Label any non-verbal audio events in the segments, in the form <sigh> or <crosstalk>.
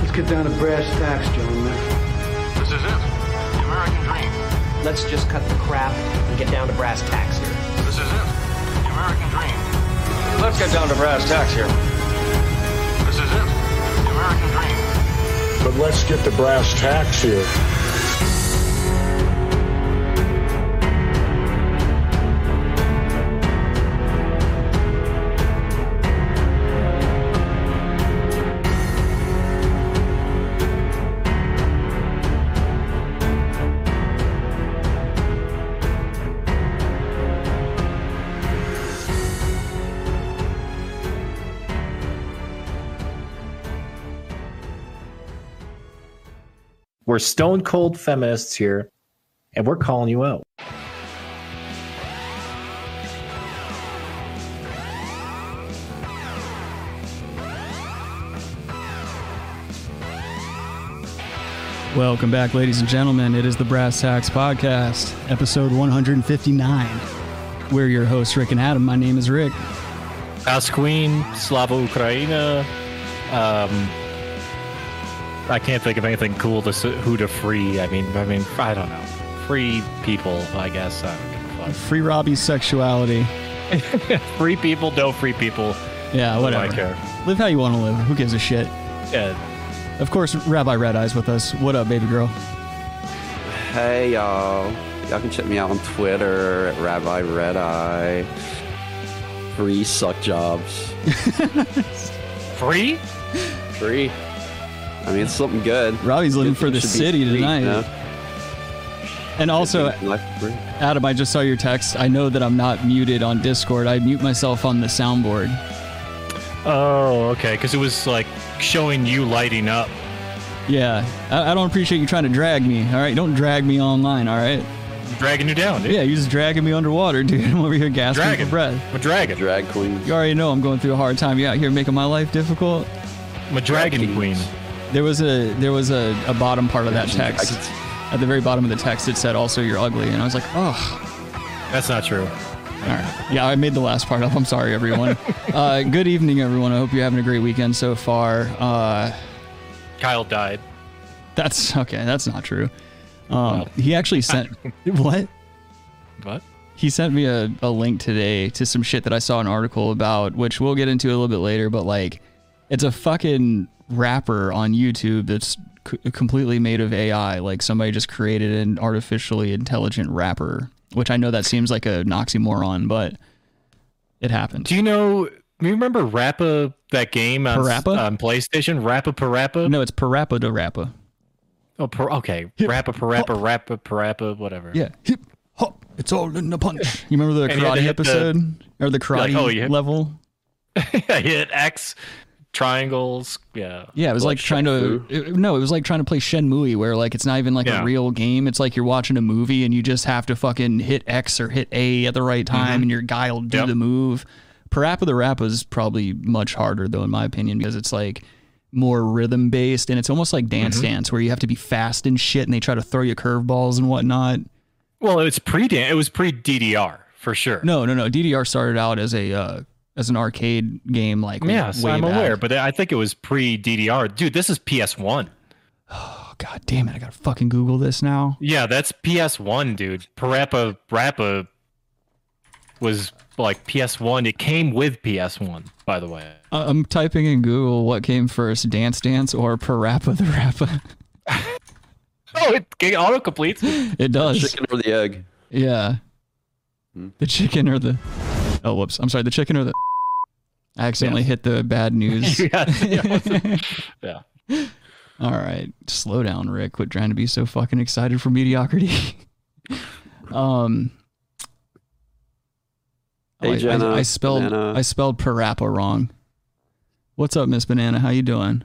Let's get down to brass tacks, gentlemen. This is it. The American dream. Let's just cut the crap and get down to brass tacks here. This is it. The American dream. Let's get down to brass tacks here. This is it. The American dream. But let's get the brass tacks here. We're stone cold feminists here, and we're calling you out. Welcome back, ladies and gentlemen. It is the Brass Tacks Podcast, episode 159. We're your hosts, Rick and Adam. My name is Rick. Asqueen, Slava Ukraina. Um, I can't think of anything cool to s- who to free. I mean, I mean, I don't know. Free people, I guess. I don't give a Free Robbie's sexuality. fuck. Free people, no free people. Yeah, do I whatever. care? Live how you want to live. Who gives a shit? Yeah, Of course, Rabbi Red Eyes with us. What up, baby girl? Hey y'all. Y'all can check me out on Twitter at Rabbi Red Eye. Free suck jobs. free. Free. I mean, it's something good. Robbie's living Good for the should be city free, tonight. you know? And also, Life free. Adam, I just saw your text. I know that I'm not muted on Discord. I mute myself on the soundboard. Oh, okay. Because it was like showing you lighting up. Yeah, I, I don't appreciate you trying to drag me. All right, don't drag me online. All right. dragging you down, dude. Yeah, you're just dragging me underwater, <laughs> dude. I'm over here gasping dragon. for breath. I'm a dragon. Drag queens. You already know I'm going through a hard time. You out here making my life difficult. I'm a dragon queen. There was a there was a, a bottom part of that text. dragons. At the very bottom of the text, it said, "Also, you're ugly," and I was like, "Oh, That's not true. all right." Yeah, I made the last part up. I'm sorry, everyone. uh, good evening, everyone. I hope you're having a great weekend so far. Uh, Kyle died. that's okay. That's not true. Um, he actually sent what? What? He sent me a, a link today to some shit that I saw an article about, which we'll get into a little bit later, but like it's a fucking rapper on YouTube that's c- completely made of AI. Like somebody just created an artificially intelligent rapper, which I know that seems like a oxymoron, but it happened. Do you know? You remember Rappa? That game on, Parappa? on PlayStation? Rappa Parappa? no, it's Parappa to Rappa. Oh, per, okay. Rappa Parappa, Rappa Parappa, whatever. Yeah. Hip, hop, it's all in the punch. You remember the And you had to karate hit the- episode or the karate oh, yeah. level? <laughs> I hit X triangles. Yeah. Yeah, it was like, trying to it- no, it was like trying to play Shenmue, where like it's not even like Yeah. a real game. It's like you're watching a movie and you just have to fucking hit X or hit A at the right time, and your guy will do Mm-hmm. Yep. the move. Parappa the Rap is probably much harder though, in my opinion, because it's like more rhythm based and it's almost like Dance Mm-hmm. Dance, where you have to be fast and shit, and they try to throw you curveballs and whatnot. Well, it's pre it was pre DDR for sure. No, no, no. DDR started out as a uh, as an arcade game, like Yes, way I'm back. aware, but I think it was pre DDR. Dude, this is PS1. Oh, God damn it! I gotta fucking Google this now. Yeah, that's PS1, dude. Parappa Rappa was like PS1. It came with PS1, by the way. Uh, I'm typing in Google what came first, Dance Dance or Parappa the Rappa. <laughs> Oh, it it autocompletes. It does. Chicken or the egg. Yeah. Hmm. The chicken or the. Oh, whoops. I'm sorry. The chicken or the. I accidentally hit the bad <laughs> news. yeah, <laughs> yeah. yeah. All right. Slow down, Rick. Quit trying to be so fucking excited for mediocrity. <laughs> um. Hey, oh, I- I- Jenna, I, spelled Banana. I spelled Parappa wrong. What's up, Miss Banana? How you doing?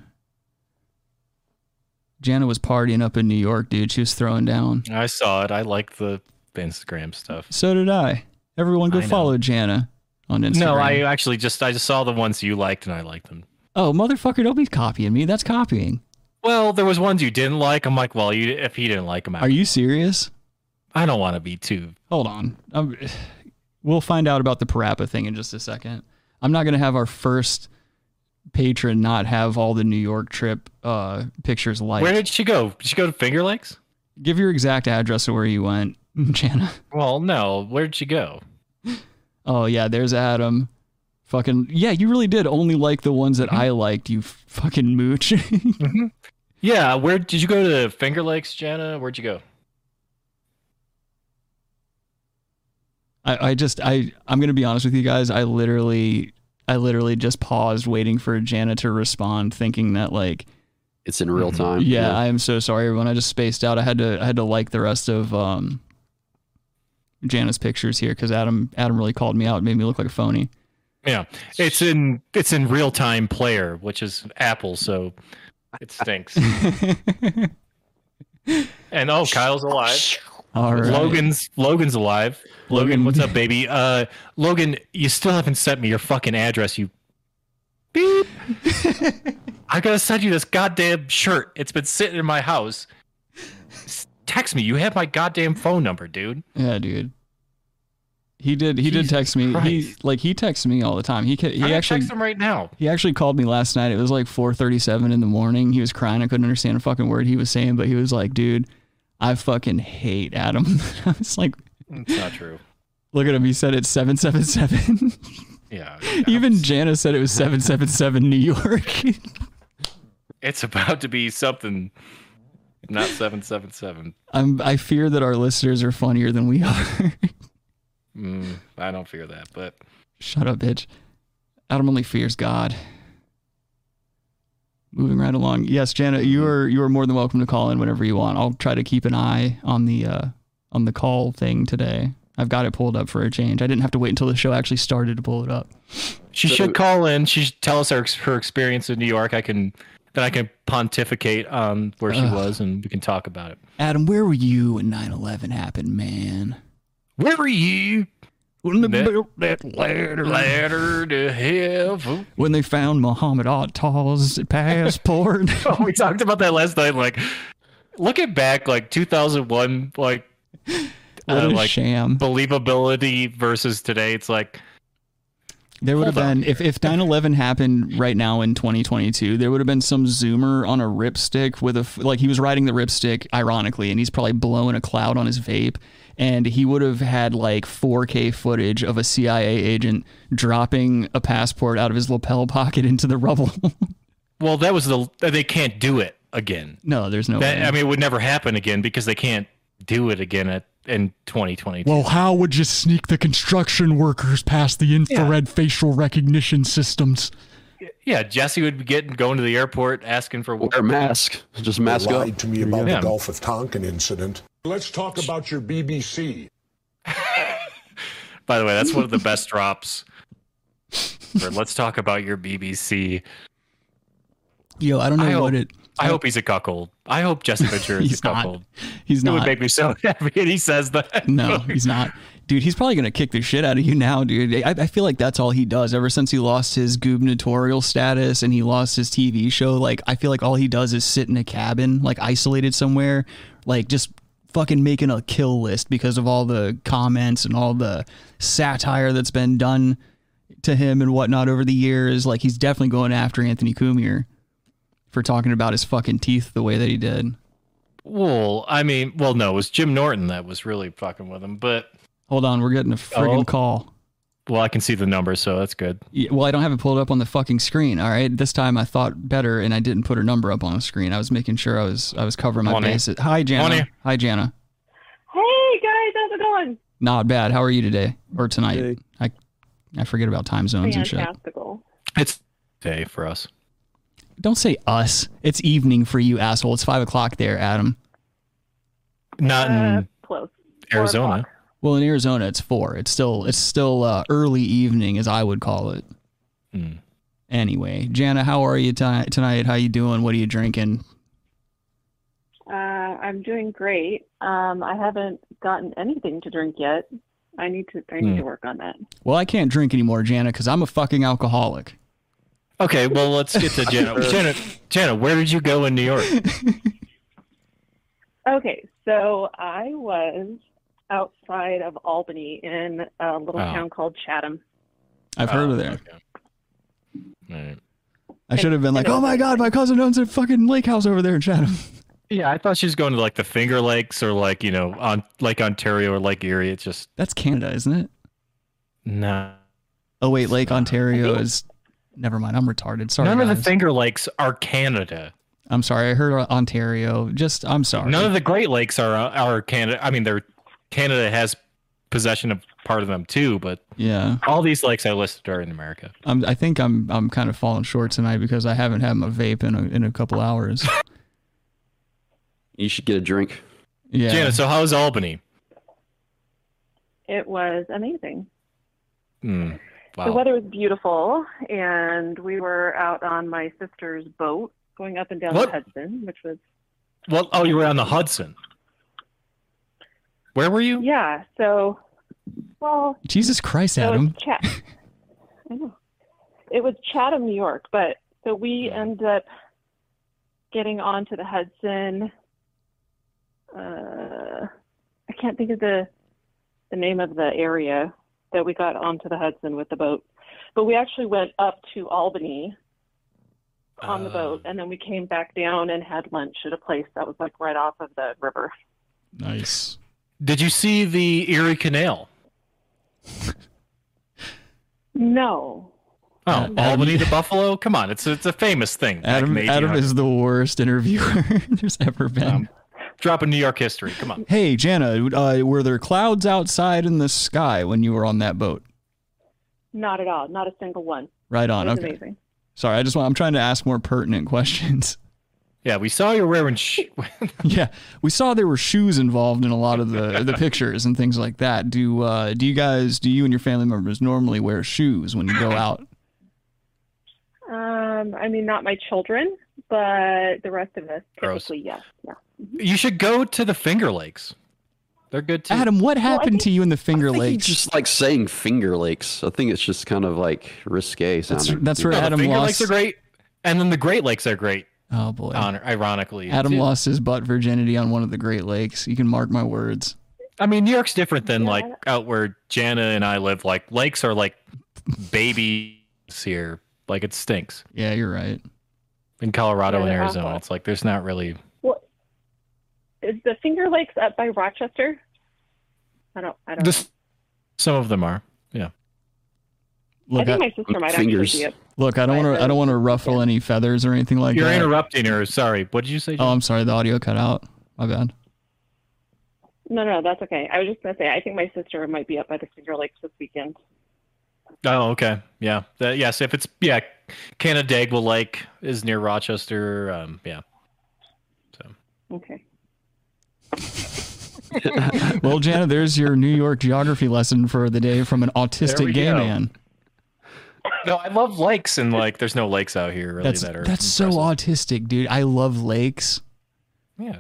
Jana was partying up in New York, dude. She was throwing down. I saw it. I like the Instagram stuff. So did I. Everyone go I know. follow Jana on Instagram. No, I uh, actually just I just saw the ones you liked and I liked them. Oh, motherfucker, don't be copying me. That's copying. Well, there was ones you didn't like. I'm like, well, you if he didn't like them, Are you serious? I don't want to be too. Hold on. Um, we'll find out about the Parappa thing in just a second. I'm not going to have our first patron not have all the New York trip uh, pictures like? Where did she go? Did she go to Finger Lakes? Give your exact address of where you went, <laughs> Jana. Well, no. Where did she go? Oh yeah, there's Adam. Fucking yeah, you really did only like the ones that Mm-hmm. I liked. You fucking mooch. <laughs> Yeah, where did you go to Finger Lakes, Jana? Where'd you go? I, I just I I'm gonna be honest with you guys. I literally I literally just paused waiting for Jana to respond, thinking that like It's in real time. yeah, I am so sorry everyone. I just spaced out. I had to I had to like the rest of um Jana's pictures here because Adam Adam really called me out, and made me look like a phony. <laughs> Yeah, it's in it's in real time player, which is Apple, so it <laughs> stinks. and oh, Kyle's alive. All right. Logan's Logan's alive. Logan, what's up, baby? Uh, Logan, you still haven't sent me your fucking address. You <laughs> beep. I gotta send you this goddamn shirt. It's been sitting in my house. S- Text me. You have my goddamn phone number, dude. Yeah, dude. He did. He did Jesus text me. He Christ. like he texts me all the time. He ca- he I'm gonna actually text him right now. he actually called me last night. It was like 4:37 in the morning. He was crying. I couldn't understand a fucking word he was saying, but he was like, "Dude, I fucking hate Adam." <laughs> I was like, It's not true. "Look at him." He said it's 777. Yeah. <laughs> Even Jana said it was 777 New York. <laughs> It's <laughs> about to be something. Not seven seven seven. I'm I fear that our listeners are funnier than we are. <laughs> Mm, I don't fear that, but Shut up, bitch. Adam only fears God. Moving right along. Yes, Janet, you are you are more than welcome to call in whenever you want. I'll try to keep an eye on the uh, on the call thing today. I've got it pulled up for a change. I didn't have to wait until the show actually started to pull it up. she should call in. She should tell us her ex- her experience in New York. I can then I can pontificate on where she was, and we can talk about it. Adam, where were you when 9/11 happened, man? Where were you? When they, That- built that ladder, Ladder to heaven. when they found Muhammad Attal's passport. <laughs> Oh, we talked about that last night. Like, looking back, like 2001, like <laughs> what Uh, a like, sham. believability versus today. It's like There would have Hold on been if if 9/11 happened right now in 2022, there would have been some zoomer on a ripstick with a f- like he was riding the ripstick ironically and he's probably blowing a cloud on his vape and he would have had like 4K footage of a CIA agent dropping a passport out of his lapel pocket <laughs> into the rubble. Well, that was the they can't do it again. no, there's no way. That, I mean, it would never happen again because they can't do it again at, in 2022. Well, how would you sneak the construction workers past the infrared facial recognition systems? yeah, Jesse would be getting going to the airport asking for Wear a mask. Just mask up. lied to me about Yeah. the Gulf of Tonkin incident. Let's talk about your BBC. By the way, that's <laughs> one of the best drops. For let's talk about your BBC. Yo, I don't know I what hope- it. I hope he's a cuckold. I hope Jesse <laughs> Ventura is He's a not. cuckold. He's It not. would make me so <laughs> happy. And he says that. <laughs> No, he's not. Dude, he's probably gonna kick the shit out of you now, dude. I, I feel like that's all he does. Ever since he lost his gubernatorial status and he lost his TV show, like I feel like all he does is sit in a cabin, like isolated somewhere, like just fucking making a kill list because of all the comments and all the satire that's been done to him and whatnot over the years. Like he's definitely going after Anthony Coomier for talking about his fucking teeth the way that he did. Well, I mean, well, no, it was Jim Norton that was really fucking with him. But Hold on, we're getting a friggin' Oh. call. well, I can see the numbers, so that's good. Yeah, well, I don't have it pulled up on the fucking screen. All right, this time I thought better, and I didn't put her number up on the screen. I was making sure I was I was covering my Honey. bases. Hi, Jana. Honey. Hi, Jana. Hey guys, how's it going? Not bad. How are you today or tonight? I I forget about time zones and shit. Fantastical. It's day for us. Don't say us. It's evening for you, asshole. It's five o'clock there, Adam. Not in Uh, close. Four Arizona. o'clock. Well, in Arizona, it's four. It's still it's still uh, early evening, as I would call it. Hmm. Anyway, Jana, how are you ti tonight? How you doing? What are you drinking? Uh, I'm doing great. Um, I haven't gotten anything to drink yet. I need to. I Hmm. need to work on that. Well, I can't drink anymore, Jana, because I'm a fucking alcoholic. Okay, well, let's <laughs> get to Jenna. Jenna, Jenna, where did you go in New York? Okay, so I was outside of Albany in a little Wow. Oh, town called Chatham. I've heard of there. All right. I should have been like, oh my god, my cousin owns a fucking lake house over there in Chatham. Yeah, I thought she was going to like the Finger Lakes or like you know on Lake Ontario or Lake Erie. It's just That's Canada, isn't it? no. Oh wait, Lake Ontario is. Never mind, I'm retarded. Sorry, None of the guys. Finger Lakes are Canada. I'm sorry. I heard Ontario. Just I'm sorry. None of the Great Lakes are are Canada. I mean, they're Canada has possession of part of them too, but yeah. all these lakes I listed are in America. I'm, I think I'm I'm kind of falling short tonight because I haven't had my vape in a, in a couple <laughs> hours. You should get a drink. Yeah. Janet, so how's Albany? It was amazing. Hmm. The wow. weather was beautiful, and we were out on my sister's boat going up and down What? the Hudson, which was well, oh, you were on the Hudson. Where were you? yeah. So, well, Jesus Christ, so Adam. it's Chat. I know. It was Chatham, New York, but so we ended up getting onto the Hudson. Uh, I can't think of the the name of the area that we got onto the Hudson with the boat, but we actually went up to Albany on the Uh, boat, and then we came back down and had lunch at a place that was like right off of the river. Nice. Did you see the Erie Canal? No, Oh, Adam- Albany to Buffalo? Come on, it's it's a famous thing. back in Adam the Adam 1800s. is the worst interviewer <laughs> there's ever been. Um, dropping New York history. Come on. hey, Jana, uh, were there clouds outside in the sky when you were on that boat? not at all, not a single one. Right It on. was Okay. amazing. Sorry, I just want I'm trying to ask more pertinent <laughs> questions. Yeah, we saw you wearing. Sh- <laughs> yeah, we saw there were shoes involved in a lot of the the pictures and things like that. Do uh, do you guys do you and your family members normally wear shoes when you go out? Um, I mean, not my children, but the rest of us. Gross. Typically, yes. Yeah. you should go to the Finger Lakes. They're good too. Adam, what I happened to you in the Finger I think he Lakes? just like saying Finger Lakes. I think it's just kind of like risque That's- sounding. that's where No, Adam the Finger lost- Lakes are great, and then the Great Lakes are great. oh boy, Honor, ironically, Adam too. lost his butt virginity on one of the Great Lakes. You can mark my words. I mean, New York's different than Yeah. like out where Jana and I live. Like lakes are like babies here. Like it stinks Yeah, you're right. in Colorado Yeah, and they're Arizona. awful. It's like there's not really. Well, is the Finger Lakes up by Rochester? I don't. I don't. This, some of them are. Yeah. know. I Look, I, think my sister might Fingers. actually be up. look, I don't want to. I don't want to ruffle any feathers or anything like You're that. interrupting her. Sorry. What did you say? oh, Jana? I'm sorry. The audio cut out. My bad. No, no, that's okay. I was just gonna say, I think my sister might be up by the Finger Lakes this weekend. Oh, okay. Yeah. That- yes. If it's yeah, Canandaigua Lake is near Rochester. Um, yeah. Okay. Well, Jana, there's your New York geography lesson for the day from an There autistic we gay go. man. No, I love lakes and like there's no lakes out here really That's that are that's so impressive. autistic, dude. I love lakes. Yeah.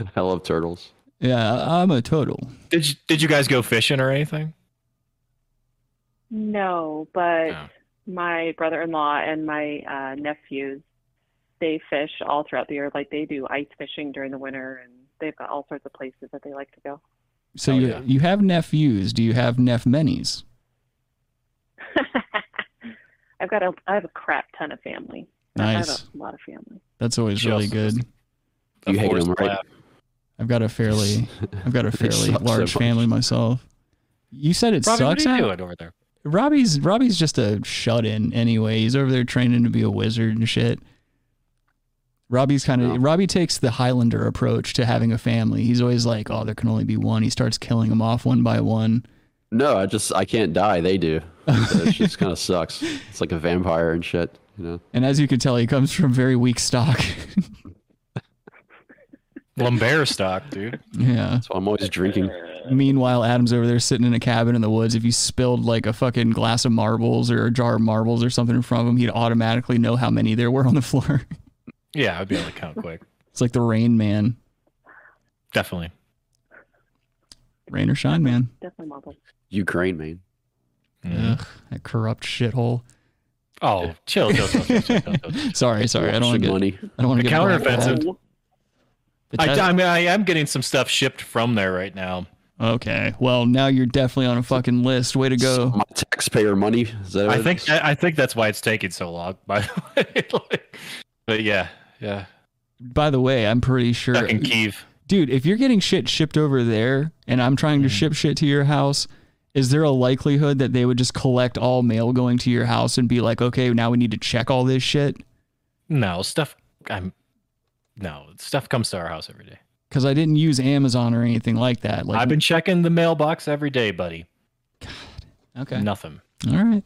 <laughs> I love turtles. Yeah, I'm a total. Did you, did you guys go fishing or anything? No, but Oh. my brother-in-law and my uh, nephews, they fish all throughout the year. Like they do ice fishing during the winter, and they've got all sorts of places that they like to go. So Oh, you yeah. you have nephews. Do you have neph menies? <laughs> I've got a I have a crap ton of family. I Nice. have a lot of family. That's always She really also good. <laughs> doesn't- You Of hate course, them, the right? laugh. I've got a fairly I've got a It fairly sucks so large much. family myself. You said it Robbie, sucks. what are you Adam? doing over there? Robbie's Robbie's just a shut in anyway. He's over there training to be a wizard and shit. Robbie's kind of Yeah. Robbie takes the Highlander approach to having a family. He's always like, "Oh, there can only be one." He starts killing them off one by one. No, I just I can't die. They do. So it <laughs> just kind of sucks. It's like a vampire and shit. You know. And as you can tell, he comes from very weak stock. <laughs> Lumber stock, dude. yeah. So I'm always drinking. Meanwhile, Adam's over there sitting in a cabin in the woods. If you spilled like a fucking glass of marbles or a jar of marbles or something in front of him, he'd automatically know how many there were on the <laughs> floor. Yeah, I'd be able to count quick. it's like the rain man, Definitely. rain or shine man. Definitely marble. Ukraine, man. Mm. Ugh, that corrupt shithole. Oh, chill, chill, chill, chill, chill, chill, chill, chill. Sorry, sorry. I don't want Should to get. money. I don't want to The get. blackballed. counteroffensive. The I, test- I mean, I am getting some stuff shipped from there right now. Okay. Well, now you're definitely on a fucking list. Way to go. My taxpayer money. Is that what I it think is? I, I think that's why it's taking so long. <laughs> By the way, Like, but yeah, yeah, By the way, I'm pretty sure back in Kiev. dude, if you're getting shit shipped over there and I'm trying to ship shit to your house, is there a likelihood that they would just collect all mail going to your house and be like, okay, now we need to check all this shit? No stuff. I'm no stuff comes to our house every day. Because I didn't use Amazon or anything like that. Like, I've been checking the mailbox every day, buddy. okay, Nothing. all right.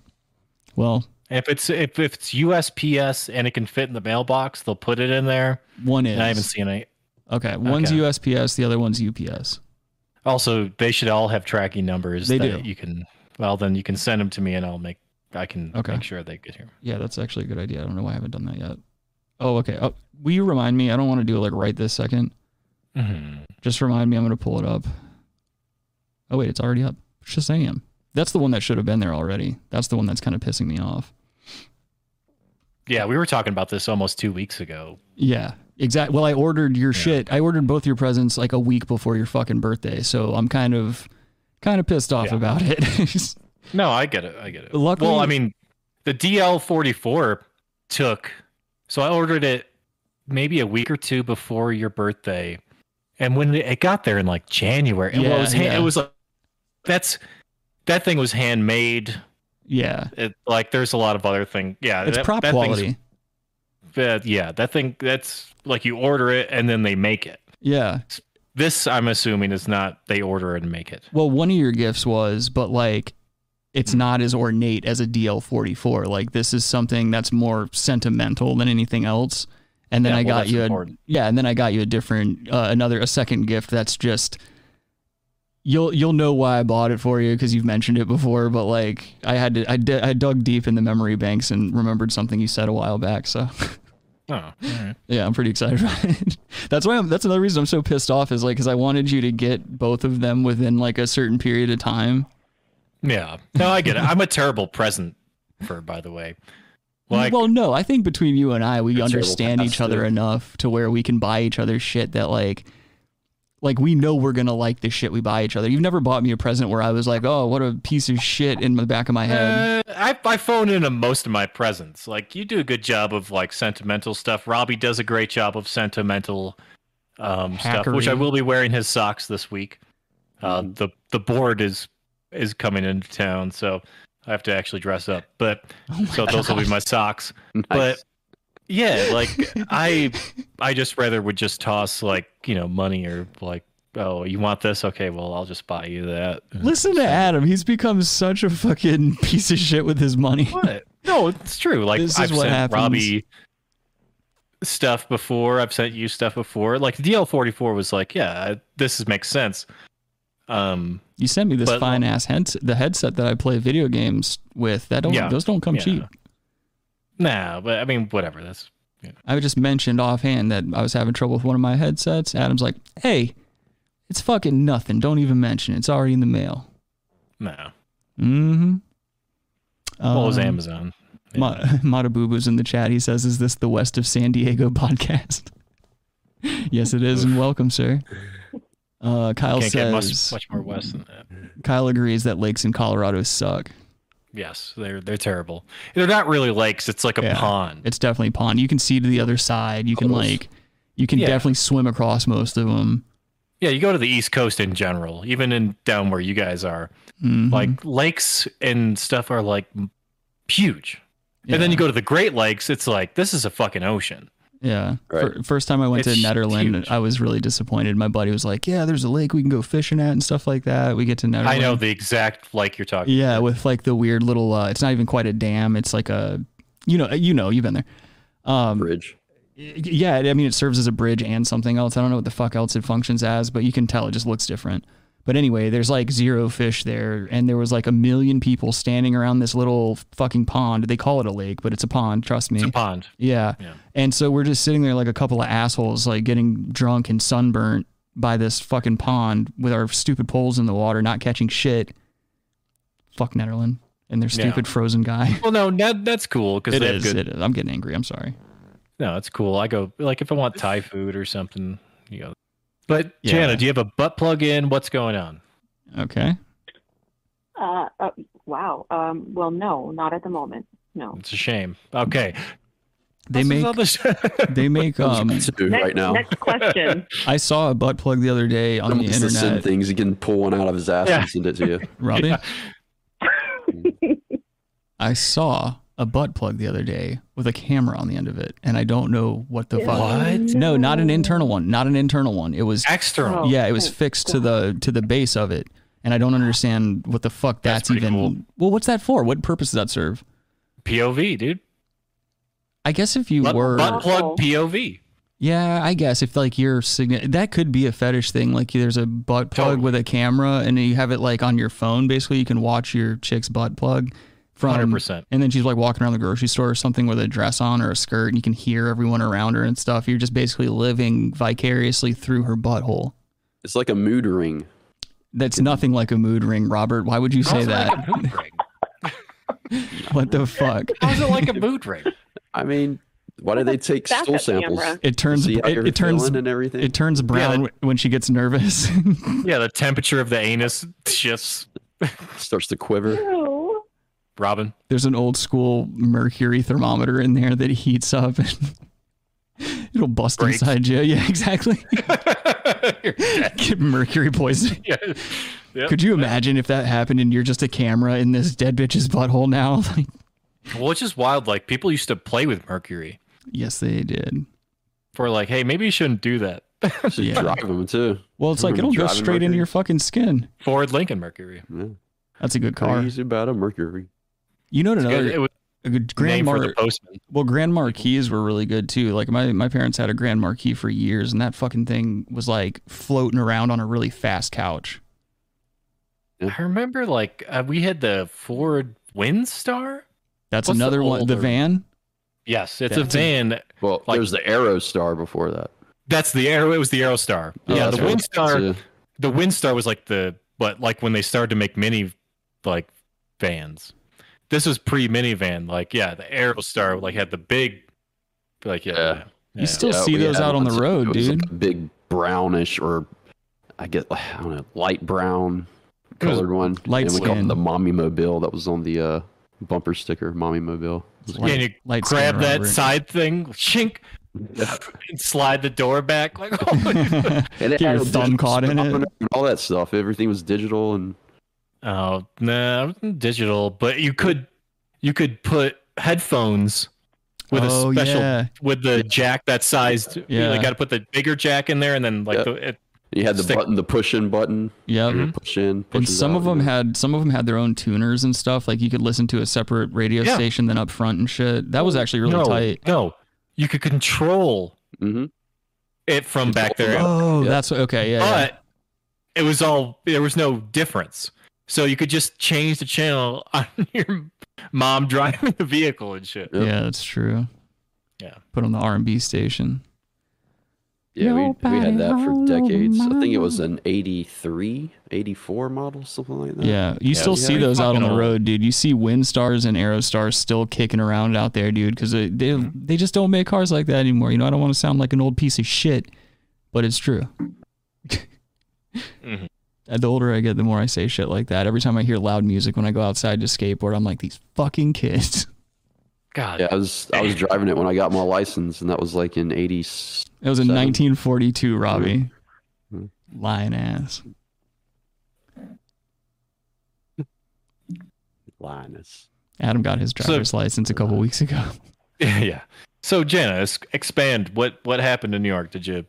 Well, If it's if, if it's USPS and it can fit in the mailbox, they'll put it in there. one is And I haven't seen it. okay. One's okay. USPS, the other one's UPS. Also, they should all have tracking numbers. They that do. You can well then you can send them to me and I'll make I can Okay. make sure they get here. Yeah, that's actually a good idea. I don't know why I haven't done that yet. Oh, okay. Oh, will you remind me? I don't want to do it like right this second. Mhm. Just remind me. I'm gonna pull it up. Oh wait, it's already up. Shazam! That's the one that should have been there already. That's the one that's kind of pissing me off. Yeah, we were talking about this almost two weeks ago. Yeah, exactly. Well, I ordered your shit. I ordered both your presents like a week before your fucking birthday, so I'm kind of, kind of pissed off Yeah. about it. <laughs> No, I get it. I get it. Luckily- well, I mean, the DL44 took, so I ordered it maybe a week or two before your birthday. And when it got there in like January, and well, it Yeah, was, hand, yeah. it was like, that's, that thing was handmade. yeah, It, like, there's a lot of other thing. Yeah. it's that, prop that thing's- quality. that- yeah. That thing, that's like you order it and then they make it. Yeah. This, I'm assuming, is not they order it and make it. Well, one of your gifts was, but like, Mm. it's not as ornate as a DL44. Like, this is something that's more sentimental than anything else. And then Yeah, I well, got that's you, a, important. yeah, and then I got you a different, uh, another, a second gift that's just. You'll you'll know why I bought it for you because you've mentioned it before, but like I had to I, di- I dug deep in the memory banks and remembered something you said a while back. So <laughs> Oh, all right. yeah, I'm pretty excited about it. <laughs> That's why I'm, that's another reason I'm so pissed off is like because I wanted you to get both of them within like a certain period of time. Yeah. No, I get it. I'm a terrible present for, by the way. Like, well, no, I think between you and I, we It's understand terrible each other past, enough to where we can buy each other shit that like, like we know we're gonna like the shit we buy each other. You've never bought me a present where I was like, oh, what a piece of shit in the back of my head. uh, I, I phone in on most of my presents. Like, you do a good job of like sentimental stuff. Robbie does a great job of sentimental um, stuff, which I Hackery. Hmm. will be wearing his socks this week. Uh, the the board is is coming into town, so I have to actually dress up. But <laughs> Oh my so those will be God. my socks. <laughs> Nice. But yeah, like I I just rather would just toss like, you know, money or like, oh, you want this? Okay, well, I'll just buy you that. <laughs> Listen to Adam. He's become such a fucking <laughs> piece of shit with his money. What? No, it's true. Like This is I've what sent happens. Robbie stuff before. I've sent you stuff before. Like DL44 was like, yeah, I- this is, makes sense. Um, You sent me this But- fine ass heads the headset that I play video games with. That don't Yeah. those don't come Yeah. cheap. nah, but I mean, whatever. That's I just mentioned offhand that I was having trouble with one of my headsets. Adam's like, "Hey, it's fucking nothing. Don't even mention it. It's already in the mail." no. Mm-hmm. Um, Well, it was Amazon. Yeah. Ma- <laughs> Matabubu's in the chat. He says, "Is this the West of San Diego <laughs> podcast?" yes, it is, and welcome, <laughs> sir. Uh, Kyle Can't get much, says much more west than that. Kyle agrees that lakes in Colorado suck. Yes, they're they're terrible. They're not really lakes. It's like a Yeah. pond. It's definitely pond. You can see to the other side. You can Puddles. like, you can Yeah. definitely swim across most of them. Yeah, you go to the East Coast in general, even in down where you guys are. Mm-hmm. Like lakes and stuff are like m- huge. And then you go to the Great Lakes, it's like this is a fucking ocean. Yeah. Right. Fir- first time I went It's to Netherland, huge. I was really disappointed. My buddy was like, "Yeah, there's a lake we can go fishing at and stuff like that." We get to Netherland. I know the exact lake you're talking. Uh-huh. Yeah, with like the weird little. Uh, it's not even quite a dam. It's like a, you know, you know, you've been there. um, bridge. Y- Yeah, I mean, it serves as a bridge and something else. I don't know what the fuck else it functions as, but you can tell it just looks different. But anyway, there's like zero fish there, and there was like a million people standing around this little fucking pond. They call it a lake, but it's a pond. Trust me. It's a pond. Yeah. Yeah. And so we're just sitting there like a couple of assholes, like getting drunk and sunburnt by this fucking pond with our stupid poles in the water, not catching shit. Fuck Netherland and their Yeah. stupid frozen <laughs> guy. Well, no, that, that's cool because It they is, have good. it is. I'm getting angry. I'm sorry. No, it's cool. I go like if I want Thai food or something, you know. But Yeah. Jana, do you have a butt plug in? What's going on? Okay. Uh, uh, wow. Um, well, no, not at the moment. No. It's a shame. Okay. They make they <laughs> make um. Two right now. Next question. I saw a butt plug the other day on Some the of these sin internet. things he can pull one out of his ass Yeah. and send it to you. Robbie, <laughs> I saw a butt plug the other day with a camera on the end of it, and I don't know what the fuck. What? No, not an internal one. Not an internal one. It was <laughs> <laughs> External. yeah, it was fixed to the to the base of it, and I don't understand what the fuck That's that's, pretty even. cool. Well, what's that for? What purpose does that serve? POV, dude. I guess if you Butt, were, butt plug POV. yeah, I guess if like your sign, that could be a fetish thing. Like there's a butt plug Totally. with a camera, and you have it like on your phone. Basically, you can watch your chick's butt plug from 100%. and then she's like walking around the grocery store or something with a dress on or a skirt, and you can hear everyone around her and stuff. You're just basically living vicariously through her butthole. It's like a mood ring. That's nothing like a mood ring, Robert. Why would you say How's it that? Like a mood ring? What the fuck? How's it like a <laughs> mood ring? I mean, why do they take That's stool a samples? camera. It turns See it, how you're it turns feeling and everything. it turns brown when she gets nervous. <laughs> Yeah, the temperature of the anus shifts. starts to quiver. No. <laughs> Robin. <laughs> There's an old school mercury thermometer in there that heats up and <laughs> it'll bust Breaks. inside you. Yeah, <laughs> <laughs> exactly. You're dead. Get mercury poisoning. Yeah. Yep. Could you imagine if that happened and you're just a camera in this dead bitch's butthole now? <laughs> Like, Well, it's just wild. Like people used to play with mercury yes, they did. for like, hey, maybe you shouldn't do that. <laughs> Should Yeah. drive them too. Well, it's like Remember it'll go driving straight into mercury? your fucking skin. Ford Lincoln mercury. Yeah. That's a good car. Crazy about a Mercury. You know what Good- another It was a good named Grand for the Mar- postman. Well, Grand Marquis were really good too. Like my, my parents had a Grand Marquis for years, and that fucking thing was like floating around on a really fast couch. I remember like uh, we had the Ford Windstar. That's What's the another one. The older- van. Yes, it's a That's a- van. Well, Like- there's the Aerostar before that. That's the arrow. It was the Aerostar. Oh, yeah, that's the right. Windstar. Too. the Windstar was like the but like when they started to make mini like vans. This was pre minivan. Like yeah, the Aerostar like had the big like yeah. Yeah. yeah. You still Yeah, see we those had out on the ones that road, was dude. like a big brownish or I guess I don't know, light brown It was colored one. light and we called skin. it the Mommy Mobile that was on the uh, bumper sticker, Mommy Mobile. It was Yeah, and you light skin grab that Robert. <laughs> side thing, chink, and slide the door back. Like, <laughs> <laughs> oh, And it Get had your a thumb digital caught in stop it. and All that stuff. Everything was digital and no, Oh, nah, digital. But you could, you could put headphones with Oh, a special yeah. with the jack that sized. Yeah. you like, got to put the bigger jack in there, and then like Yeah. the, it, you had the Stick- button, the push in button, Yep. Mhm. push in, push Mm-hmm. And some of them had some of them had their own tuners and stuff. Like you could listen to a separate radio Yeah. station than up front and shit. That was actually really no, tight. no, you could control hmm it from back there. Oh, Yeah. that's what- okay. Yeah. yeah. but it was all there was no difference so you could just change the channel <laughs> on your mom driving the vehicle and shit Yep. Yeah, that's true. Yeah. Put on the R and B station. Yeah, we, we had that for Nobody decades. I think it was an 83, 84 model, something like that. Yeah. You still yeah. see those out on Fucking the old. road, dude. You see Windstars and Aerostars still kicking around out there, dude, because they they, Mm-hmm. they just don't make cars like that anymore. You know, I don't want to sound like an old piece of shit, but it's true. Mhm. Uh, <laughs> The older I get, the more I say shit like that. Every time I hear loud music when I go outside to skateboard, I'm like, these fucking kids. <laughs> god Yeah, I was I was driving it when I got my license, and that was like in '80s. It was in Seven. 1942, Robbie. Mhm. Mm-hmm. Lying ass. Linus. Adam got his So- driver's license a couple weeks ago. yeah <laughs> yeah so jenna es- expand what what happened in new york did you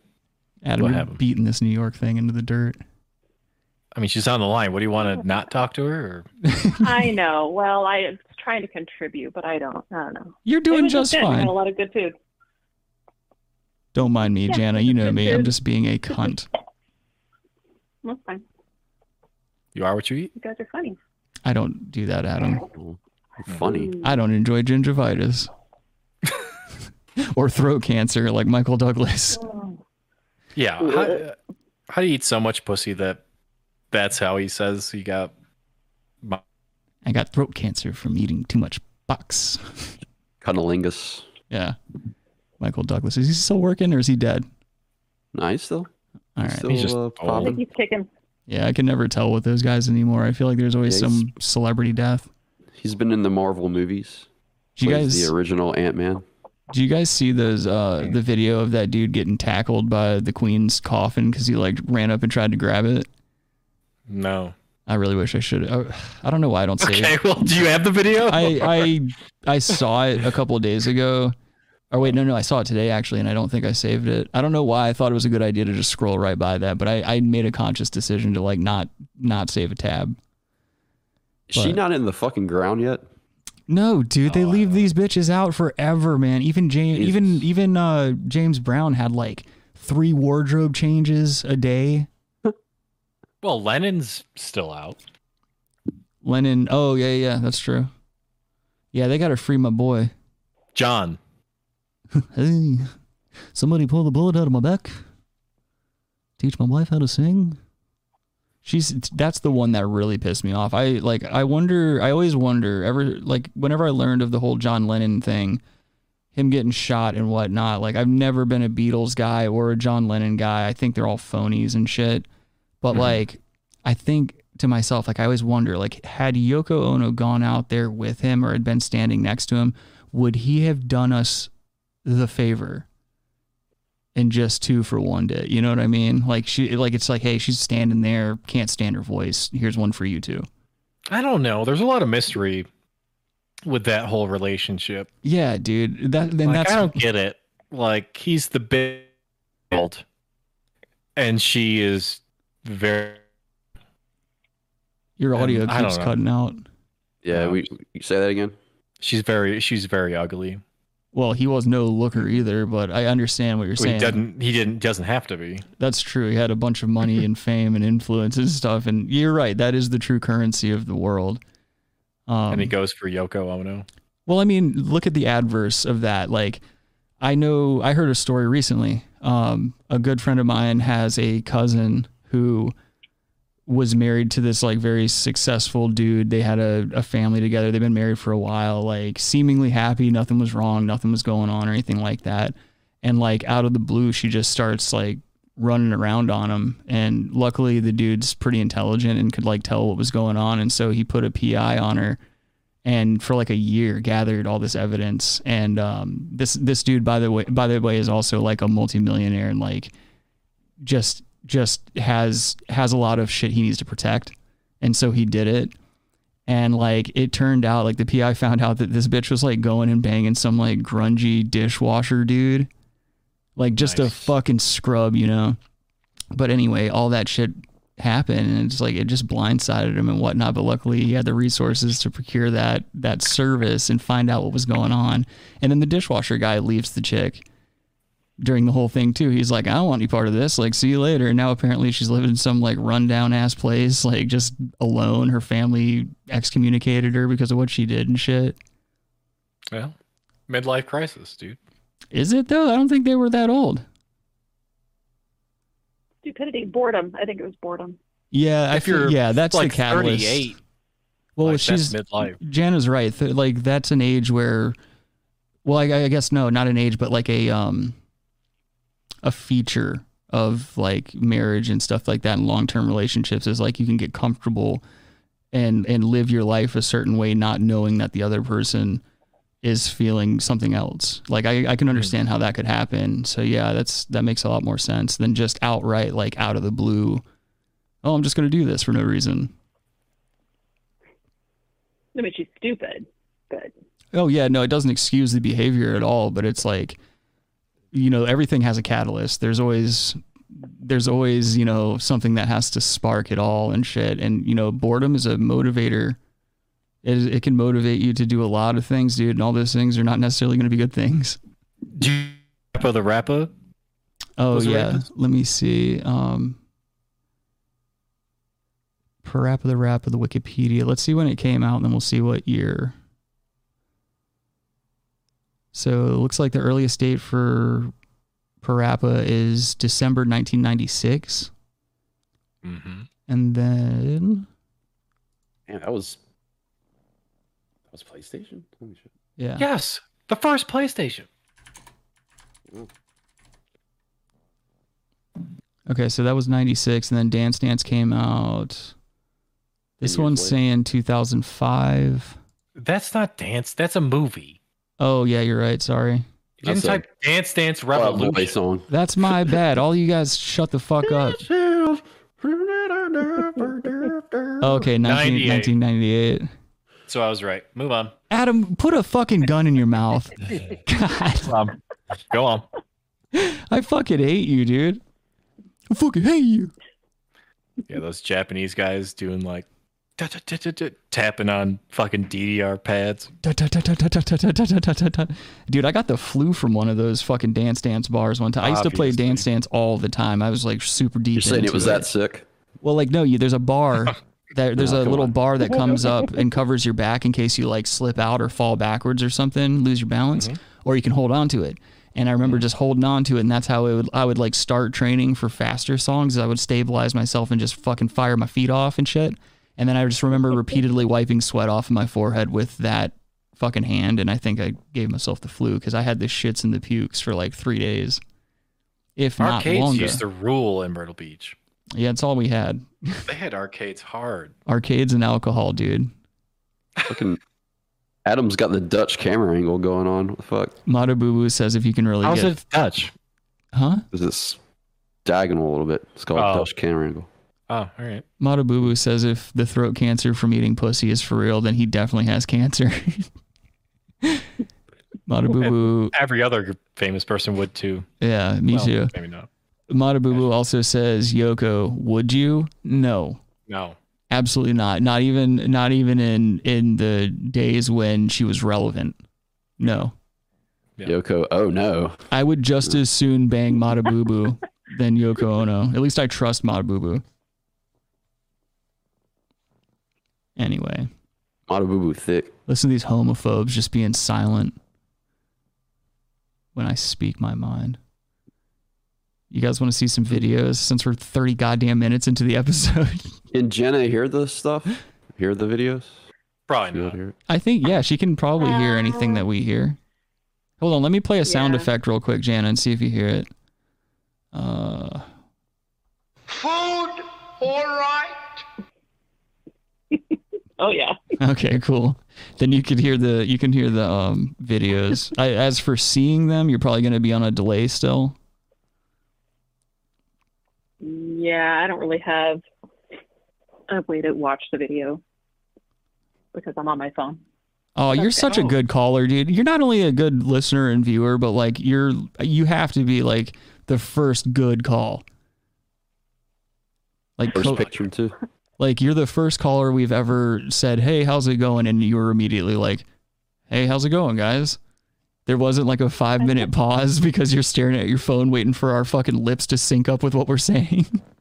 Adam, What you're happened? beating this New York thing into the dirt. i mean she's on the line what do you want Mm-hmm. to not talk to her or I know. Well, I am trying to contribute, but I don't. I don't know. You're It doing was just good. I had fine. a lot of good food. Don't mind me, Yeah, Jana. You know good me. I'm food. just being a cunt. That's fine. you are what you eat You guys are funny. I don't do that, Adam. Funny. I don't enjoy <laughs> gingivitis or throat cancer like Michael Douglas. yeah how, uh, how do you eat so much pussy that that's how he says he got I got throat cancer from eating too much bucks. Cunnilingus. Yeah. Michael Douglas. Is he still working or is he dead? Nice though. All right. Still he's just uh, old. I think popping. he's kicking. Yeah, I can never tell with those guys anymore. I feel like there's always Yeah, he's- some celebrity death. He's been in the Marvel movies. Do you Plays guys- the original Ant Man? Do you guys see those uh the video of that dude getting tackled by the queen's coffin because he like ran up and tried to grab it? No. I really wish I should. I, I don't know why I don't save Okay, <laughs> it. well, do you have the video? I I I saw it a couple of days ago. Or wait, no, no, I saw it today actually, and I don't think I saved it. I don't know why I thought it was a good idea to just scroll right by that, but I, I made a conscious decision to like not not save a tab. Is she But- not in the fucking ground yet? No, dude, they Oh. leave these bitches out forever, man. Even James, even even uh, James Brown had like three wardrobe changes a day. Well, Lennon's still out. Lennon, oh yeah, yeah, that's true. Yeah, they gotta free my boy. John. Hey, somebody pull the bullet out of my back. Teach my wife how to sing. She's that's the one that really pissed me off. I like I wonder I always wonder ever like whenever I learned of the whole John Lennon thing, him getting shot and whatnot, like I've never been a Beatles guy or a John Lennon guy. I think they're all phonies and shit. But like I think to myself, like I always wonder, like had Yoko Ono gone out there with him or had been standing next to him, would he have done us the favor and just two for one day? You know what I mean? Like she, like it's like, hey, she's standing there, can't stand her voice. Here's one for you two. I don't know. There's a lot of mystery with that whole relationship. Yeah, dude. That then Like, that's I don't get it. Like he's the big old, and she is very. your audio and I keeps don't know. cutting out. Yeah, we you say that again. She's very. She's very ugly. Well, he was no looker either, but I understand what you're Well, saying. he doesn't. He didn't. Doesn't have to be. That's true. He had a bunch of money <laughs> and fame and influence and stuff. And you're right. That is the true currency of the world. Um, and he goes for Yoko Ono. Well, I mean, look at the adverse of that. Like, I know I heard a story recently. Um, a good friend of mine has a cousin who was married to this like very successful dude. They had a, a family together. They've been married for a while, like seemingly happy. Nothing was wrong. Nothing was going on or anything like that. And like out of the blue, she just starts like running around on him. And luckily, the dude's pretty intelligent and could like tell what was going on. And so he put a PI on her and for like a year gathered all this evidence and um this this dude by the way by the way is also like a multimillionaire and like just just has has a lot of shit he needs to protect and so he did it and like it turned out like the PI found out that this bitch was like going and banging some like grungy dishwasher dude like just a fucking scrub you know but anyway, all that shit happened, and it's like it just blindsided him and whatnot. But luckily, he had the resources to procure that that service and find out what was going on. And then the dishwasher guy leaves the chick during the whole thing too. He's like, "I don't want any part of this. Like, see you later." And now apparently, she's living in some like rundown ass place, like just alone. Her family excommunicated her because of what she did and shit. Well, midlife crisis, dude. Is it though? I don't think they were that old. Stupidity, boredom. I think it was boredom. Yeah, I If feel, you're, yeah, that's like the catalyst. 38, Well, like, that's she's midlife. Jana's right. Th- like that's an age where, well, I, I guess no, not an age, but like a um, a feature of like marriage and stuff like that, and long term relationships is like you can get comfortable and and live your life a certain way, not knowing that the other person is feeling something else. Like I, I can understand how that could happen. So yeah, that's that makes a lot more sense than just outright like out of the blue. Oh, I'm just gonna do this for no reason. I mean, she's stupid, but Oh yeah, no, it doesn't excuse the behavior at all, but it's like you know, everything has a catalyst. There's always there's always, you know, something that has to spark it all and shit. And you know, boredom is a motivator. It, is- it can motivate you to do a lot of things, dude, and all those things are not necessarily going to be good things. Do you Rappa the Rappa? Oh Was it yeah, let me see. Um Parappa the Rap of the Wikipedia. Let's see when it came out, and then we'll see what year. So it looks like the earliest date for Parappa is December 1996. Mm-hmm. And then, Damn, that was that was PlayStation. Holy shit. yeah. Yes, the first PlayStation. Okay, so that was 96, and then Dance Dance came out. This years one's later. saying 2005. That's not dance. That's a movie. Oh, yeah, you're right. Sorry. You didn't type Dance Dance Revolution. song. That's <laughs> my bad. All you guys shut the fuck up. Okay, 19, 98. 1998. So I was right. Move on. Adam, put a fucking gun in your <laughs> mouth. God. Um, Go on. I fucking hate you, dude. I fucking hate you. Yeah, those Japanese guys doing like da, da, da, da, da, tapping on fucking DDR pads. <laughs> Da, da, da, da, da, da, da, da, da, da, da, da. Dude, I got the flu from one of those fucking dance dance bars one time. I used to play dance dance all the time. I was like super deep. You're saying it into was that sick? Well, like no, you there's a <laughs> bar that there's Oh, a come little on. bar that comes up and covers your back in case you like slip out or fall backwards or something, lose your balance, Mm-hmm. or you can hold on to it. And I remember just holding on to it, and that's how it would, I would like start training for faster songs. I would stabilize myself and just fucking fire my feet off and shit. And then I just <laughs> remember repeatedly wiping sweat off of my forehead with that fucking hand. And I think I gave myself the flu because I had the shits and the pukes for like three days, if not Arcades longer. used to rule in Myrtle Beach. yeah, it's all we had. They had arcades hard. Arcades and alcohol, dude. Fucking Adam's got the Dutch camera angle going on. What the fuck? Mata Boo Boo says if you can really How's get it Dutch? huh? Is this diagonal a little bit? It's called Oh. Dutch camera angle. Oh, all right. Mata Boo Boo says if the throat cancer from eating pussy is for real, then he definitely has cancer. <laughs> Mata Boo Boo, Every other famous person would too. yeah, me Well, too. Maybe not. Mata Boo Boo also says Yoko, would you? No, No. absolutely not. Not even, not even in in the days when she was relevant. No, Yeah. Yoko, oh no. I would just as soon bang Mata Boo Boo than Yoko Ono. At least I trust Mata Boo Boo. Anyway. Matabubu thick. Listen to these homophobes just being silent when I speak my mind. You guys want to see some videos since we're 30 goddamn minutes into the episode? <laughs> Can Jenna hear the <gasps> stuff? Hear the videos? Probably She would not. hear it. I think, yeah, she can probably hear anything that we hear. Hold on, let me play a sound Yeah. effect real quick, Jana, and see if you hear it. Uh, Food, all right. Oh yeah. okay, cool. Then you could hear the you can hear the um, videos. <laughs> I, as for seeing them, you're probably going to be on a delay still. Yeah, I don't really have a way to watch the video because I'm on my phone. Oh, you're such a good caller, dude. You're not only a good listener and viewer, but like you're you have to be like the first good call. Like First co- picture too. like you're the first caller we've ever said, "Hey, how's it going?" and you were immediately like, "Hey, how's it going, guys?" There wasn't like a 5-minute pause because you're staring at your phone waiting for our fucking lips to sync up with what we're saying. <laughs>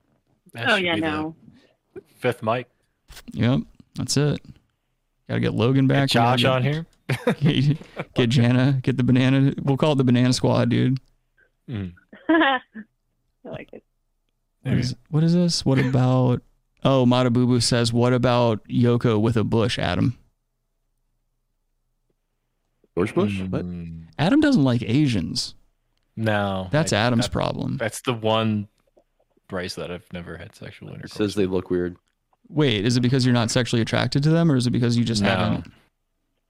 That oh should yeah, be the no. Fifth mic. yep, that's it. Got to get Logan back. Get Josh Get- on here. Get, <laughs> get Jana, get the banana. We'll call it the banana squad, dude. Mm. <laughs> I like it. What is, what is this? What about? Oh, Matabubu says, "What about Yoko with a bush?" Adam. George Bush? What? Mm, Adam doesn't like Asians. No. That's I- Adam's that- problem. That's the one race that I've never had sexual He intercourse. says they look weird. Wait, is it because you're not sexually attracted to them, or is it because you just No. haven't?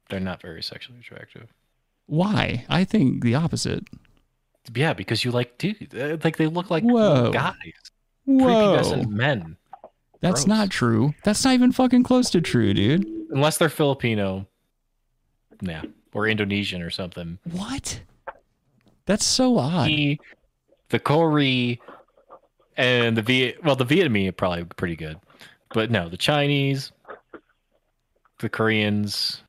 They're not very sexually attractive. Why? I think the opposite. Yeah, because you like dudes. Uh, Like they look like Whoa. guys. Whoa, Prepubescent men. that's gross. not true. That's not even fucking close to true, dude. Unless they're Filipino. Yeah. Or Indonesian or something. What? That's so odd. He, the Corey and the Viet well, the Vietnamese are probably pretty good. But no, the Chinese, the Koreans.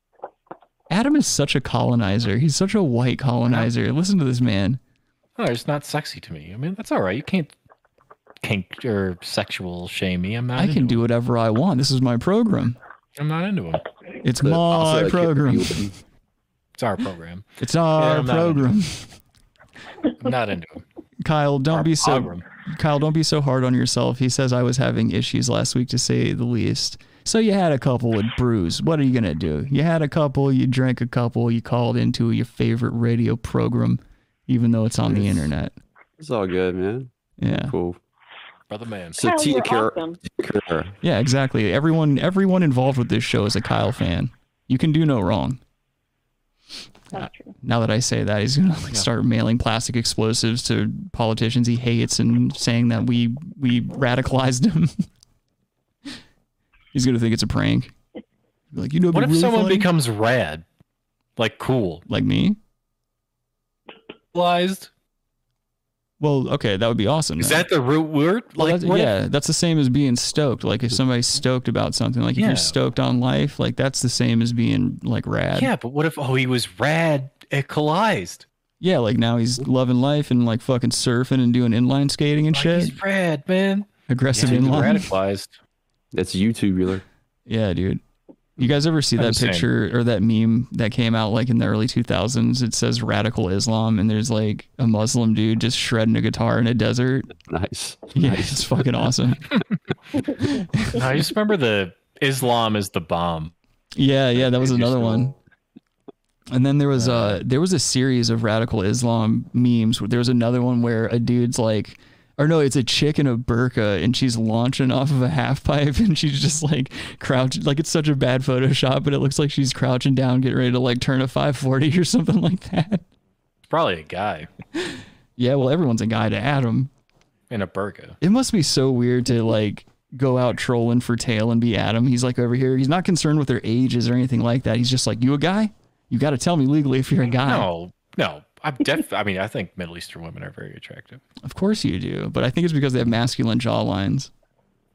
Adam is such a colonizer. He's such a white colonizer. Listen to this man. Oh, it's not sexy to me. I mean, that's all right. You can't kink or sexual shame me. I'm not I into can do whatever I want. This is my program. I'm not into them. It's The- also, my like, program. you- It's our program. It's our I'm not program. I'm not into them. Kyle, don't be so program. Kyle, don't be so hard on yourself. He says I was having issues last week to say the least. So you had a couple with brews. What are you gonna do? You had a couple, you drank a couple, you called into your favorite radio program, even though it's on the internet. It's all good, man. Yeah. Cool. Brother man. So Kyle, Tia you're Carrera. awesome. Tia Carrera. Yeah, exactly. Everyone everyone involved with this show is a Kyle fan. You can do no wrong. That's true. Now that I say that, he's gonna like start mailing plastic explosives to politicians he hates and saying that we we radicalized him. <laughs> he's gonna think it's a prank. Be Like you know, it'd be What if really someone funny? becomes rad? Like cool. like me? Realized. Well, okay, that would be awesome. Is then. that the root word? Well, Like that's- what if- yeah, that's the same as being stoked. Like if somebody's stoked about something, like if Yeah. you're stoked on life, like that's the same as being like rad. yeah, but what if oh he was rad it collides. Yeah, like now he's loving life and like fucking surfing and doing inline skating and Like, shit. he's rad, man. <laughs> Aggressive Yeah, he's inline. <laughs> radicalized. That's YouTuber. Yeah, dude. You guys ever see I'm that just saying. picture or that meme that came out like in the early 2000s? It says radical Islam and there's like a Muslim dude just shredding a guitar in a desert. <laughs> Nice. Yeah, Nice. it's fucking awesome. No, I just remember the Islam is the bomb. Yeah, yeah, that was Did you another still- one. And then there was uh there was a series of radical Islam memes. There was another one where a dude's like, or no, it's a chick in a burqa and she's launching off of a half pipe <laughs> and she's just like crouching. Like it's such a bad Photoshop, but it looks like she's crouching down, getting ready to like turn a 540 or something <laughs> like that. It's probably a guy Yeah, well, everyone's a guy to Adam. in a burqa. It must be so weird to like go out trolling for tail and be Adam. He's like over here. He's not concerned with their ages or anything like that. He's just like, you a guy? You got to tell me legally if you're a guy. No, no. I'm def I mean, I think Middle Eastern women are very attractive. Of course you do, but I think it's because they have masculine jawlines.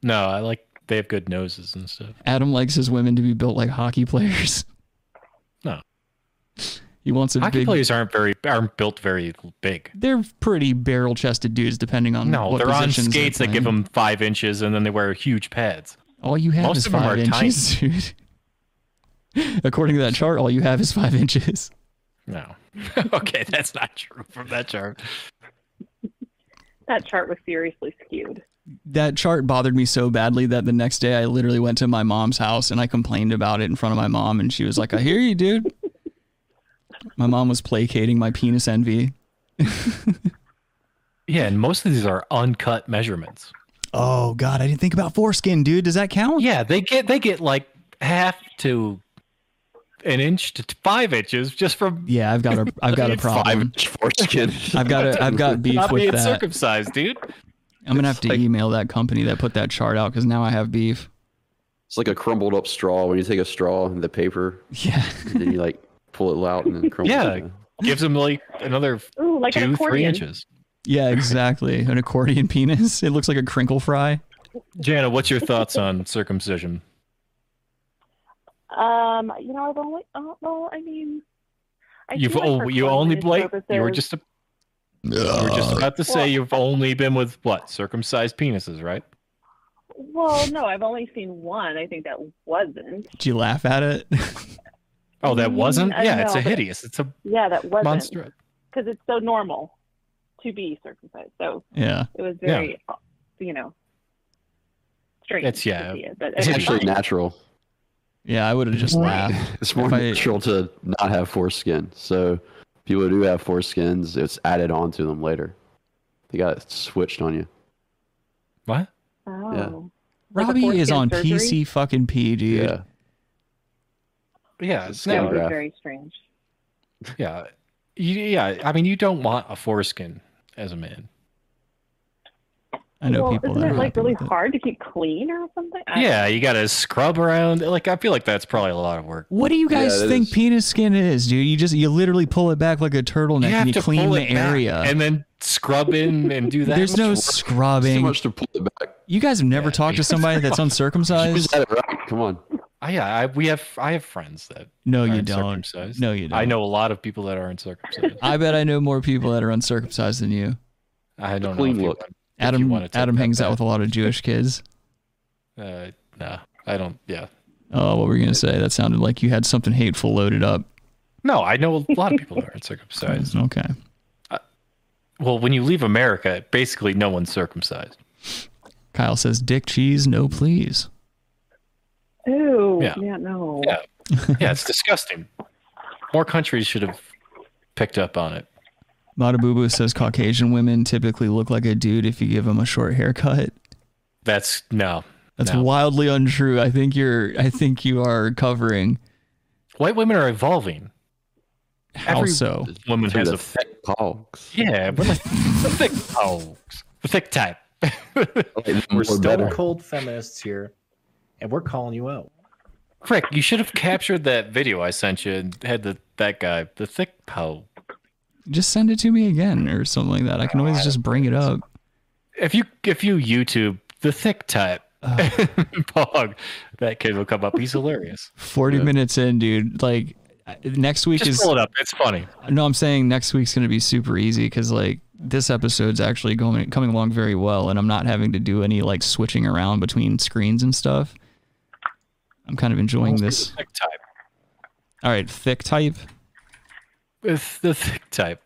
No, I like they have good noses and stuff. Adam likes his women to be built like hockey players. <laughs> No. He wants a Hockey big. players aren't very aren't built very big. They're pretty barrel-chested dudes, depending on No, Mm, what they're on positions they're skates that give playing. them five inches, and then they wear huge pads. All you have Most is of 'em five are tiny. inches, dude. <laughs> According to that chart, all you have is five inches. No, <laughs> okay, that's not true from that chart. That chart was seriously skewed. that chart bothered me so badly that the next day I literally went to my mom's house and I complained about it in front of my mom and she was like, "I hear you, <laughs> dude." My mom was placating my penis envy. Yeah, and most of these are uncut measurements. Oh god, I didn't think about foreskin, dude. Does that count? Yeah, they get they get like half to an inch to five inches just from Yeah, I've got a I've got a <laughs> Five problem. <laughs> inch Foreskin. I've got a I've got beef not with being that. circumcised, dude. I'm going to have to email that company that put that chart out cuz now I have beef. It's like a crumbled up straw. When you take a straw and the paper, Yeah. <laughs> and then you like pull it out <laughs> and then crumble. Yeah. it. Gives them like another Ooh, like an two three accordion. inches. Yeah, exactly. An accordion penis. It looks like a crinkle fry. Jana, what's your thoughts on circumcision? Um, you know, I've only. Oh, well, I mean, I You've feel like oh, for you only cleanliness Blake. You were purposes- just a, you were just about to say Well- you've only been with what circumcised penises, right? Well, no, I've only seen one. I think that wasn't. Did you laugh at it? <laughs> Oh, that Mm, wasn't. I Yeah, know, it's a but- hideous. It's a Yeah, that wasn't. monster. Because it's so normal to be circumcised. So yeah. it was Yeah. very, uh, you know, strange. It's- yeah, To see it, but it's It's I- I actually fine. natural. Yeah, I would have just laughed. It's more If I- <laughs> natural to not have foreskin. So people who do have foreskins, it's added on to them later. They got it switched on you. What? Oh. Like a Robbie is foreskin on surgery? PC fucking P, dude. Yeah. Yeah, It's it's That Yeah. would be no, Yeah. very strange. yeah, You- yeah. I mean, you don't want a foreskin as a man. I know well, people isn't that it are like happy really with it. hard to keep clean or something? I- Yeah, you got to scrub around. Like, I feel like that's probably a lot of work. What do you guys Yeah, it think is. penis skin is, dude? You just you literally pull it back like a turtleneck you have and you to clean pull the it back area. and then scrub in <laughs> and do that. There's no It's too scrubbing. much to pull it back. You guys have never Yeah. talked to somebody that's Who's uncircumcised? had it right? Come on. I, yeah, I, we have. I have friends that. No, you aren't don't. circumcised. No, you don't. I know a lot of people that <laughs> aren't circumcised. I bet I know more people that are uncircumcised than you. I don't clean know. if you look. want- if you Adam wanna take Adam that hangs out back. with a lot of Jewish kids. Uh, nah, I don't. Yeah. Oh, what were you gonna say? That sounded like you had something hateful loaded up. No, I know a lot of people that <laughs> aren't circumcised. Okay. Well, when you leave America, basically no one's circumcised. Kyle says, "Dick cheese, no please." Ew. Yeah. Oh, Yeah. no. Yeah. Yeah, it's disgusting. More countries should have picked up on it. Lada Boo Boo says Caucasian women typically look like a dude if you give them a short haircut. That's no. That's no. wildly untrue. I think you're. I think you are covering. White women are evolving. How so? Woman Through has the a thick pogs. yeah, but like the thick oh, the thick type. <laughs> We're Or stone better. cold feminists here, and we're calling you out. Crick, you should have captured that video I sent you and had the that guy the thick oh. Just send it to me again or something like that. I can always just bring it up. If you if you YouTube the thick type <laughs> pog, that kid will come up. He's hilarious. Forty minutes in, dude. Like I- next week Just is pull it up. It's funny. No, I'm saying next week's going to be super easy because like this episode's actually going coming along very well, and I'm not having to do any like switching around between screens and stuff. I'm kind of enjoying this. The thick type. All right, thick type. It's the thick type.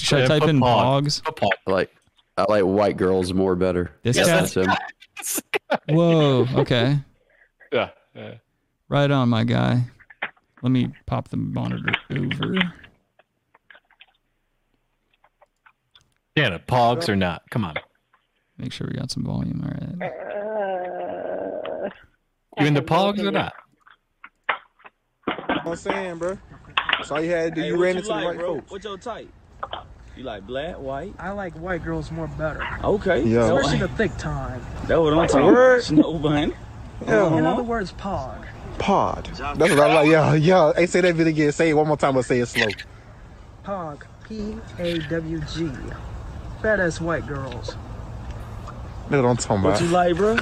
Should I Yeah, type put in pog. pogs? A pog. I like I like white girls more better. This yeah, guy- that's him. Whoa. Okay. Yeah. yeah. Right on, my guy. Let me pop the monitor over. Dana, pogs or not? Come on. Make sure we got some volume. All right. Uh, You into pogs or not? I'm saying, bro. That's all you had to do. you ran into the right folks. What's your type? You like black, white? I like white girls more better, Okay. Yeah. That especially what- the thick time. that what I'm Like a talking about. word? Snow bunny. Uh-huh. In Yeah, other words, pog. pod. That's what I like. Yeah, yeah. Hey, say that bit again. Say it one more time, but say it slow. Pog. P A W G. Badass white girls. That's what I'm talking What you about. like, bro?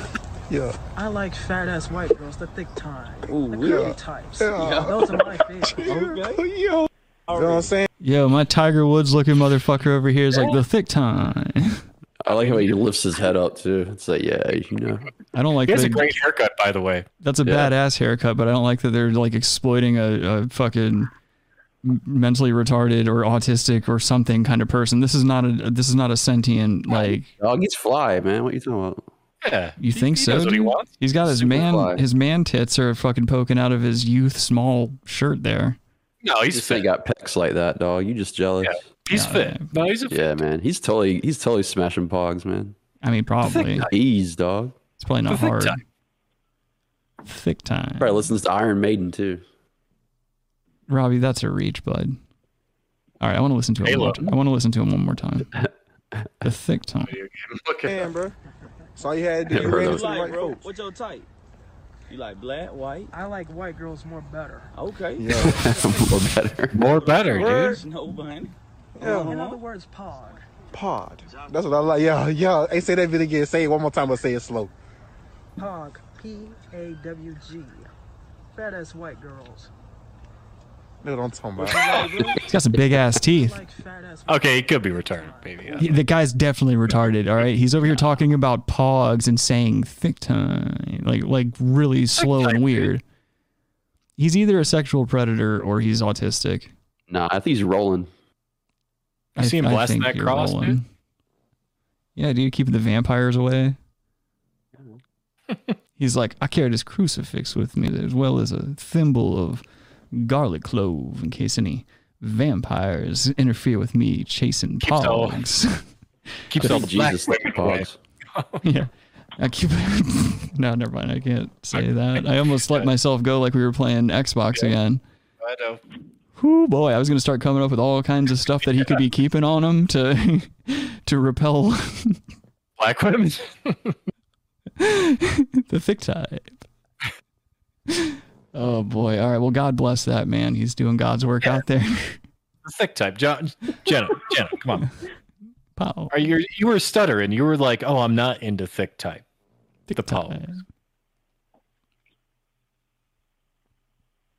Yeah. I like fat ass white girls, the thick time. Ooh, The yeah. curly types. Yeah. Those are <laughs> my favorite. Okay. Yo. You know what I'm saying? Yo, my Tiger Woods looking motherfucker over here is like the thick time. I like how he lifts his head up too. It's like, yeah, you know. I don't like He has the, a great haircut, by the way. That's a Yeah. badass haircut, but I don't like that they're like exploiting a, a fucking m- mentally retarded or autistic or something kind of person. This is not a this is not a sentient like Dog, he's fly, man. What you talking about? Yeah. you think he so? knows what he dude? wants. He's got his Super man fly. his man tits are fucking poking out of his youth small shirt there. No, You he's just ain't fit. got pecs like that, dog. You just jealous. He's Yeah, fit. yeah. No, he's a Yeah, man. He's totally he's totally smashing pogs, man. I mean probably. Ease, dog. It's probably not The thick hard. time. Thick time. Probably listens to Iron Maiden too. <laughs> Robbie, that's a reach, bud. All right, I want to listen to him. Halo. one more ti- I want to listen to him one more time. The thick time. Look at Damn, bro. That's all you had to do. Never You heard ran of into You the like, right bro? folks. What's your type? You like black, white? I like white girls more better. Okay. Yeah. More better. more better, dude. Snow bunny. Uh-huh. In Yeah. other words, pog. Pod. That's what I like. Yeah, yeah. Hey, say that bit again. Say it one more time, but say it slow. Pog. P A W G. Badass white girls. That's what I'm talking about. He's got some big ass I teeth. like fat ass white Okay, he could be retarded, baby. He- the guy's definitely retarded. All right, he's over here talking about pogs and saying thick time, like like really slow and weird. He's either a sexual predator or he's autistic. Nah, I think he's rolling. You see him blasting think that you're cross, rolling. dude? Yeah, dude, keeping the vampires <laughs> away. he's like, I carried his crucifix with me, as well as a thimble of garlic clove, in case any vampires interfere with me chasing Keeps all- pogs. <laughs> <laughs> Keeps all the black Jesus like women away. pogs. yeah. I keep <laughs> no, never mind. I can't say that. <laughs> I almost let myself go like we were playing Xbox again. I know. Whoo boy, I was gonna start coming up with all kinds of stuff that he could be keeping on him to <laughs> to repel Black women. <laughs> <laughs> the thick type. Oh boy! All right. Well, God bless that man. He's doing God's work out there. <laughs> The thick type. John, Jenna, Jenna, come on. Pow. Are you you were stuttering? You were like, oh, I'm not into thick type. the pogs.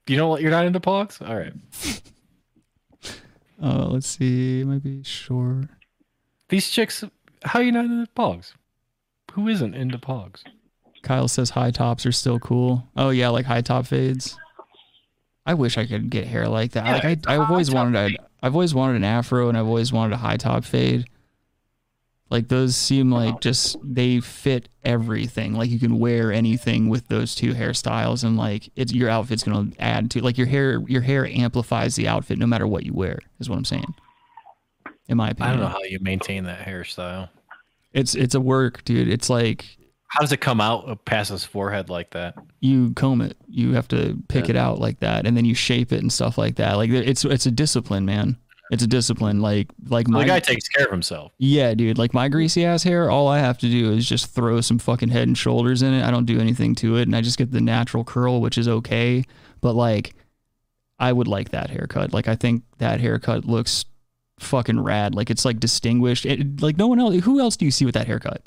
You know what? You're not into pogs. All right. Uh, let's see. Maybe sure. These chicks. How you not into pogs? Who isn't into pogs? Kyle says high tops are still cool. Oh yeah, like high top fades. I wish I could get hair like that. Yeah, like it's I, a I've high always top wanted fade. a, I've always wanted an afro and I've always wanted a high top fade. Like those seem like just they fit everything. Like you can wear anything with those two hairstyles and like it's your outfit's gonna add to like your hair your hair amplifies the outfit no matter what you wear, is what I'm saying. in my opinion. I don't know how you maintain that hairstyle. It's it's a work, dude. It's like How does it come out past his forehead like that? you comb it. You have to pick it out like that, and then you shape it and stuff like that. Like it's it's a discipline, man. It's a discipline. Like like my the guy takes care of himself. Yeah, dude. Like my greasy ass hair, all I have to do is just throw some fucking head and shoulders in it. I don't do anything to it, and I just get the natural curl, which is okay. But like, I would like that haircut. Like I think that haircut looks fucking rad. Like it's like distinguished. It, like no one else. Who else do you see with that haircut?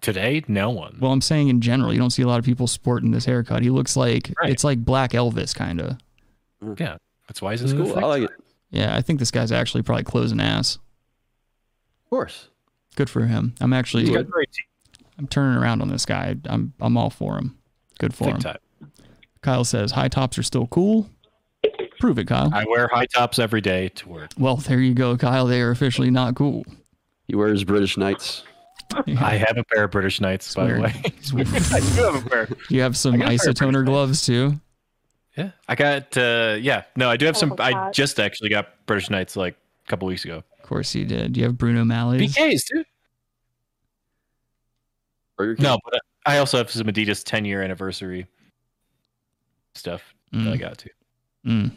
Today, no one. Well, I'm saying in general, you don't see a lot of people sporting this haircut. He looks like Right. it's like Black Elvis kind of. Yeah, that's why he's in school. like it. Yeah, I think this guy's actually probably closing ass. Of course. Good for him. I'm actually He's got great I'm turning around on this guy. I'm I'm all for him. Good for Big him. time. Kyle says high tops are still cool. Prove it, Kyle. I wear high tops every day to work. well, there you go, Kyle. They are officially not cool. He wears British Knights. <laughs> I have a pair of British Knights, by weird. the <laughs> way. I <laughs> do have a pair. You have some got a pair of isotoner gloves too. Yeah, I got. Uh, yeah, no, I do have some. Purple I cat. just actually got British Knights like a couple weeks ago. Of course you did. You have Bruno Malley's. PKs, dude. No, but I also have some Adidas 10 year anniversary stuff that I Mm. got too. Mm.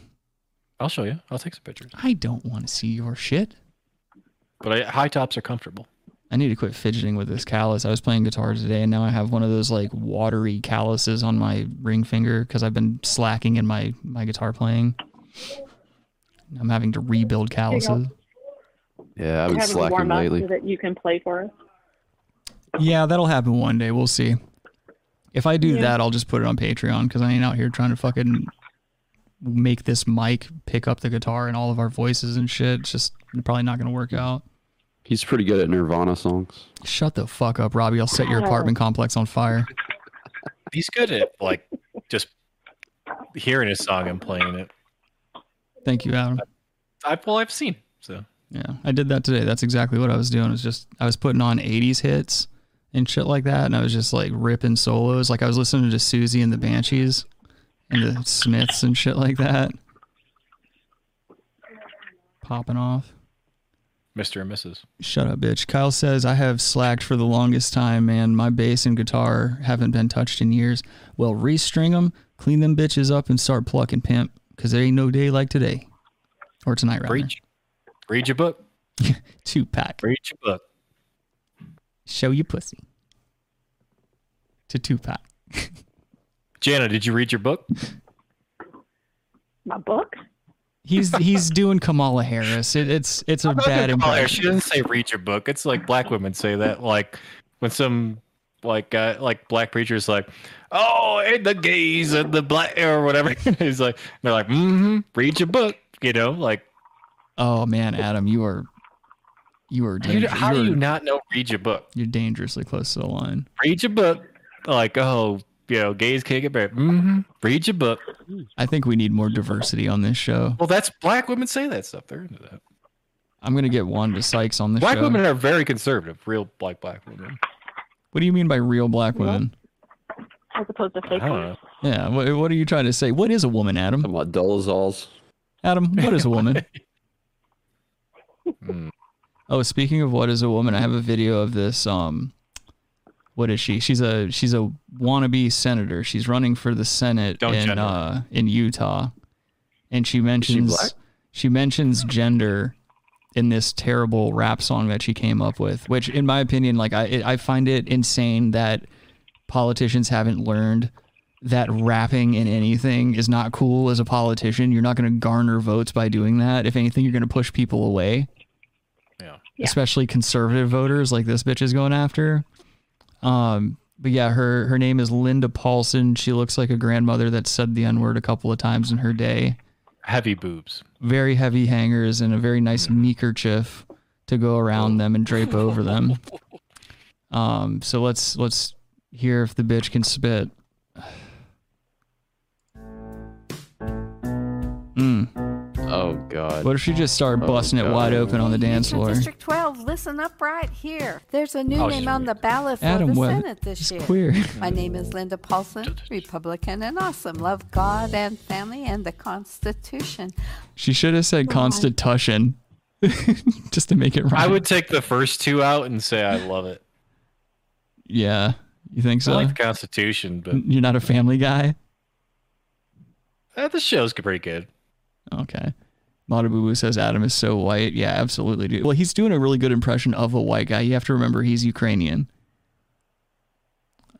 I'll show you. I'll take some pictures. I don't want to see your shit. But I, high tops are comfortable. I need to quit fidgeting with this callus. I was playing guitar today and now I have one of those like watery calluses on my ring finger because I've been slacking in my, my guitar playing. I'm having to rebuild you go. calluses. Yeah, Having to warm up so that you can play for us. Yeah, that'll happen one day. We'll see. If I do Yeah. that, I'll just put it on Patreon because I ain't out here trying to fucking make this mic pick up the guitar and all of our voices and shit. It's just probably not going to work out. He's pretty good at Nirvana songs. Shut the fuck up, Robbie. I'll set your apartment complex on fire. He's good at like <laughs> just hearing a song and playing it. Thank you, Adam. I well, I've seen so. Yeah, I did that today. That's exactly what I was doing. It was just I was putting on '80s hits and shit like that, and I was just like ripping solos. Like I was listening to Susie and the Banshees and the Smiths and shit like that, popping off. Mr. and Mrs. Shut up, bitch. Kyle says, I have slacked for the longest time, man. My bass and guitar haven't been touched in years. Well, restring them, clean them bitches up, and start plucking, pimp, because there ain't no day like today. Or tonight, rather. Preach. Read your book. Two pack. Read your book. Show your pussy. To two pack. Jana, did you read your <laughs> book? My book? He's he's doing Kamala Harris. It, it's it's a bad Come on, Eric, She impression. doesn't say read your book. It's like black women say that. Like when some like uh, like black preachers like, oh, and the gays and the black or whatever. <laughs> He's like, they're like, mm-hmm, read your book. You know, like Oh man, Adam, you are you are you, danger- how do you're- you not know read your book? you're dangerously close to the line. Read your book. Like oh, you know, gays can't get married. Mm-hmm. Read your book. I think we need more diversity on this show. Well, that's black women say that stuff. They're into that. I'm gonna get Wanda Sykes on the Black show. women are very conservative. Real black black women. What do you mean by real black women? As opposed to I fake don't ones. know. Yeah. What, what are you trying to say? What is a woman, Adam? Some Adolzals. Adam, what is a woman? <laughs> Mm. oh, speaking of what is a woman, I have a video of this. Um, what is she? She's a she's a wannabe senator. She's running for the Senate Don't in gender. uh, in Utah, and she mentions black? she mentions gender in this terrible rap song that she came up with. Which, in my opinion, like I it, I find it insane that politicians haven't learned that rapping in anything is not cool as a politician. You're not going to garner votes by doing that. If anything, you're going to push people away. Yeah. Especially conservative voters like this bitch is going after. Um, but yeah, her her name is Linda Paulson. She looks like a grandmother that said the N word a couple of times in her day. Heavy boobs. Very heavy hangers and a very nice meekerchief to go around them and drape over them. Um, so let's let's hear if the bitch can spit. Mm. Oh god. Oh, What if Hmm. she just started busting it wide open on the dance floor? District 12, listen listen up right here. There's a new Oh, name on the ballot for Adam the Webb Senate this is year. queer. <laughs> My name is Linda Paulson, Republican and awesome. Love God and family and the Constitution. She should have said Constitution <laughs> just to make it right. I would take the first two out and say I love it. Yeah. You think so? I like the Constitution, but You're not a family guy? eh, the show's pretty good. Okay. Madabubu says Adam is so white. Yeah, absolutely, dude. Well, he's doing a really good impression of a white guy. You have to remember he's Ukrainian.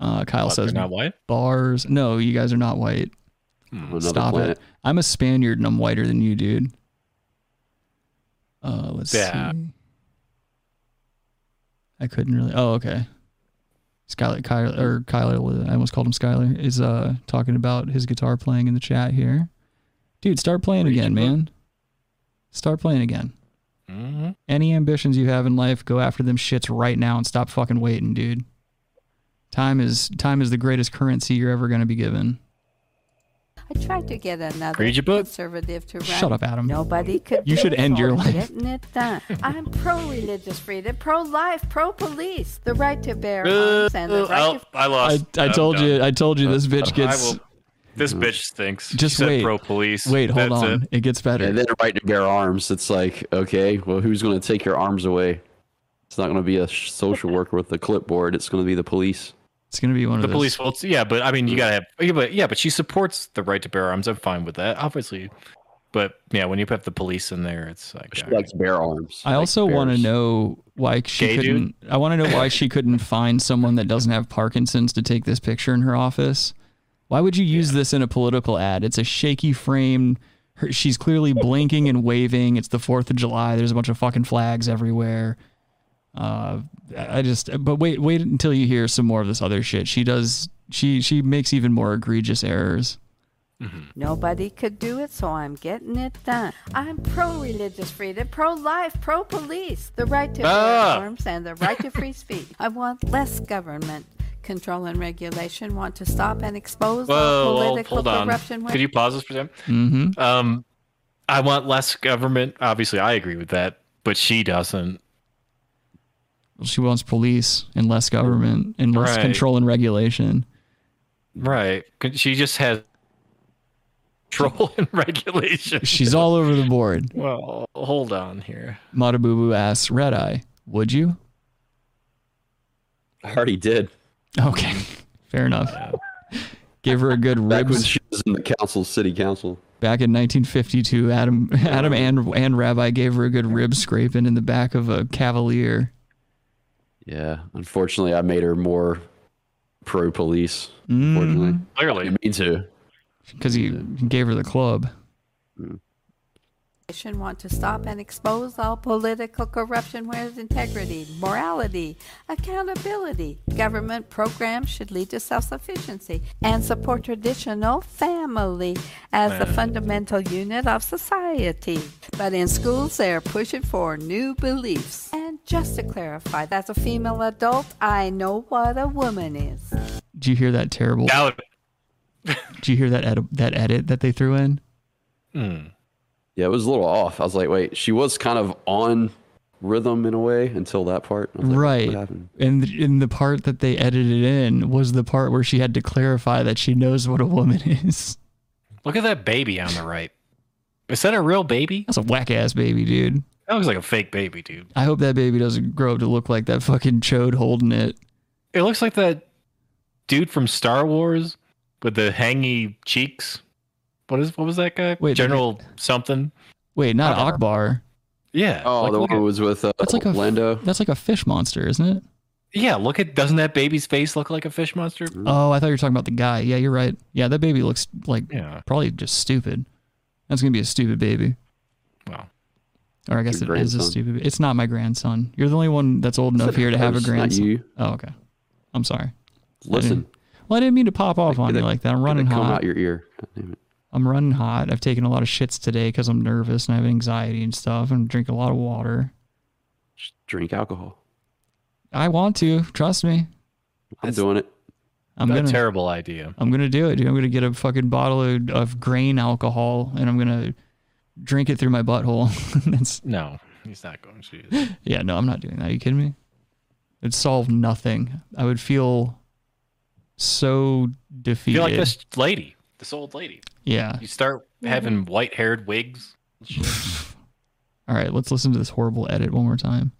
Uh, Kyle What, says they're not white? Bars. No, you guys are not white. Another Stop planet. it. I'm a Spaniard and I'm whiter than you, dude. Uh, let's Yeah. see. I couldn't really. Oh, okay. Skylar, Kyler, or Kyler, I almost called him Skylar, is uh talking about his guitar playing in the chat here. Dude, start playing again, man. Start playing again. Mm-hmm. Any ambitions you have in life, go after them shits right now and stop fucking waiting, dude. Time is time is the greatest currency you're ever gonna be given. I tried to get another Read your book. conservative to run. Shut up, Adam. Nobody could. You do should it end for your me. life. Getting it done. I'm pro-religious freedom, pro-life, pro-police, the right to bear Uh, arms, and the oh, right to I lost. I- I I'm told you- done. I told you this bitch I gets- will- this bitch stinks. She Just said wait. Pro police. Wait, hold That's on. it. It. gets better. And then right to bear arms. It's like, okay, well, who's going to take your arms away? It's not going to be a <laughs> sh- social worker with a clipboard. It's going to be the police. It's going to be one The police will. Yeah, but I mean, you gotta have. Yeah, but yeah, but she supports the right to bear arms. I'm fine with that, obviously. But yeah, when you put the police in there, it's like She likes bear arms. I also want to know why she Gay dude? couldn't. I want to know why she <laughs> couldn't find someone that doesn't have Parkinson's to take this picture in her office. Why would you use this in a political ad? It's a shaky frame. Her, she's clearly blinking and waving. It's the Fourth of July. There's a bunch of fucking flags everywhere. Uh, I I just. But wait, wait until you hear some more of this other shit. She does. She she makes even more egregious errors. Nobody could do it, so I'm getting it done. I'm pro religious freedom, pro life, pro police, the right to Ah. bear arms, and the right to free speech. I want less government control and regulation, want to stop and expose all Whoa, whoa, political hold on. corruption. Could you pause this for a second? Mm-hmm. Um, I want less government. Obviously, I agree with that, but she doesn't. She wants police and less government and less Right. control and regulation. Right? Could- She just has control <laughs> and regulation. She's all over the board. Well, hold on here. Matabubu asks Red Eye, "Would you?" I already did. Okay, fair enough. Give her a good Back when ribs. she was in the council, city council. Back in 1952, Adam, Adam and and Rabbi gave her a good rib scraping in the back of a Cavalier. Yeah. Unfortunately, I made her more pro police. Mm. Unfortunately. Clearly. Me too. because he gave her the club. Regulation, want to stop and expose all political corruption, whereas integrity, morality, accountability, government programs should lead to self sufficiency and support traditional family as the Man. fundamental unit of society. But in schools, they're pushing for new beliefs. And just to clarify, as a female adult, I know what a woman is. Did you hear that terrible? Doubt Did you hear that edi- that edit that they threw in? Yeah, it was a little off. I was like, wait, she was kind of on rhythm in a way until that part. I was like, right. What happened? And th- in the part that they edited in was the part where she had to clarify that she knows what a woman <laughs> is. Look at that baby on the right. Is that a real baby? That's a whack ass baby, dude. That looks like a fake baby, dude. I hope that baby doesn't grow up to look like that fucking chode holding it. It looks like that dude from Star Wars with the hangy cheeks. What is what was that guy? Wait, General something. Wait, Uh-huh. not Akbar. Yeah. Oh, like, the look one at- who was with uh, That's like a Lando. That's like a fish monster, isn't it? Yeah, look at doesn't that baby's face look like a fish monster? Oh, I thought you were talking about the guy. Yeah, you're right. Yeah, that baby looks like Yeah. probably just stupid. That's gonna be a stupid baby. Wow. Or I guess Your it is a grandson. stupid. It's not my grandson. You're the only one that's old I enough said here to have a hers, not grandson. you. Oh, okay. I'm sorry. I Listen. didn't- well, I didn't mean to pop off on you like that. I'm running Come hot. out your ear. God damn it. I'm running hot. I've taken a lot of shits today because I'm nervous and I have anxiety and stuff. and drinking a lot of water. Drink alcohol. I want to. Trust me. I'm doing it. I'm a gonna. terrible idea. I'm gonna do it, dude. I'm gonna get a fucking bottle of, of grain alcohol and I'm gonna drink it through my butthole. <laughs> That's No, He's not going to. Yeah, no, I'm not doing that. Are you kidding me? It'd solve nothing. I would feel so You defeated. feel like this lady, this old lady. Yeah. You start having white-haired wigs. All right, let's listen to this horrible edit one more time.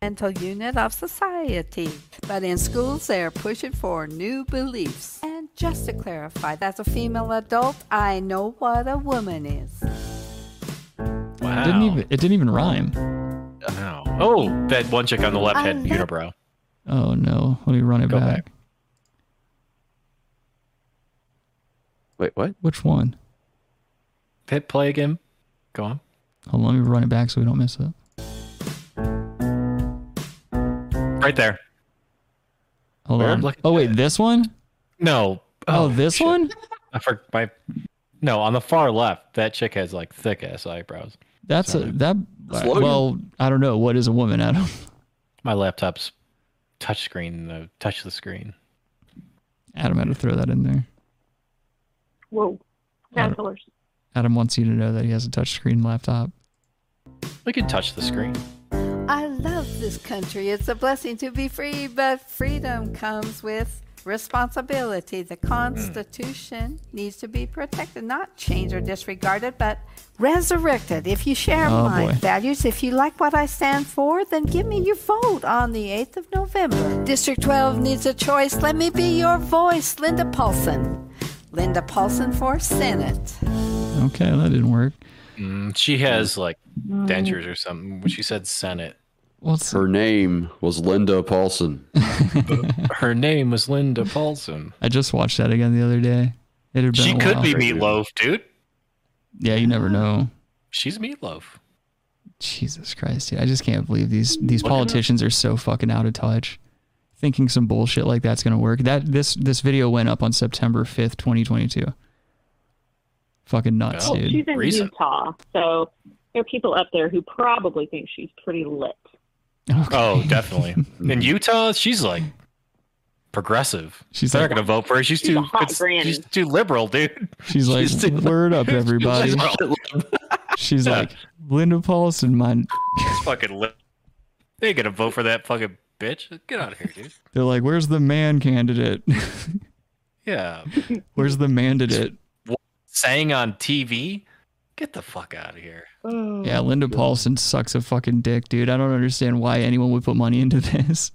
mental unit of society. But in schools, they are pushing for new beliefs. And just to clarify, as a female adult, I know what a woman is. It didn't even it didn't even rhyme. Wow. Oh, that one chick on the left had unibrow. Oh no. Let me run it back. Wait, what? Which one? Hit play again. Go on. Hold on, let me run it back so we don't miss it. Right there. Hold Where? on. Look oh wait, this one? No. Oh, this one? I for my. No, on the far left, that chick has like thick ass eyebrows. That's a that That's Logan. well, I don't know. What is a woman, Adam? My laptop's touchscreen. Uh, touch the screen. Adam had to throw that in there. Whoa. Caterpillars. Adam wants you to know that he has a touchscreen laptop. We can touch the screen. I love this country. It's a blessing to be free, but freedom comes with responsibility. The Constitution needs to be protected, not changed or disregarded, but resurrected. If you share Oh, my boy. values, if you like what I stand for, then give me your vote on the 8th of November. District 12 needs a choice. Let me be your voice, Linda Paulson. Linda Paulson for Senate. Okay, that didn't work. Mm, she has like dentures or something. When she said Senate, What's her name was Linda Paulson. her name was Linda Paulson. I just watched that again the other day. It had been She a could while. be meatloaf, dude. Yeah, you never know. She's meatloaf. Jesus Christ, dude. I just can't believe these these politicians are so fucking out of touch. Thinking some bullshit like that's gonna work. That this this video went up on September fifth, twenty twenty two. Fucking nuts, Well, dude. she's in Utah, so there are people up there who probably think she's pretty lit. <laughs> Oh, definitely. In Utah, she's like progressive. She's They're like- not going to vote for her. She's She's a too. hot it's- granny. she's too <laughs> liberal, dude. She's like, word up, everybody. She's like, Linda Paulson, my <laughs> She's fucking li- They ain't going to vote for that fucking bitch. Get out of here, dude. they're like, where's the man candidate? <laughs> Yeah. where's the mandate? What, sang on TV. Get the fuck out of here. Yeah, Linda Paulson sucks a fucking dick, dude. I don't understand why anyone would put money into <laughs> this.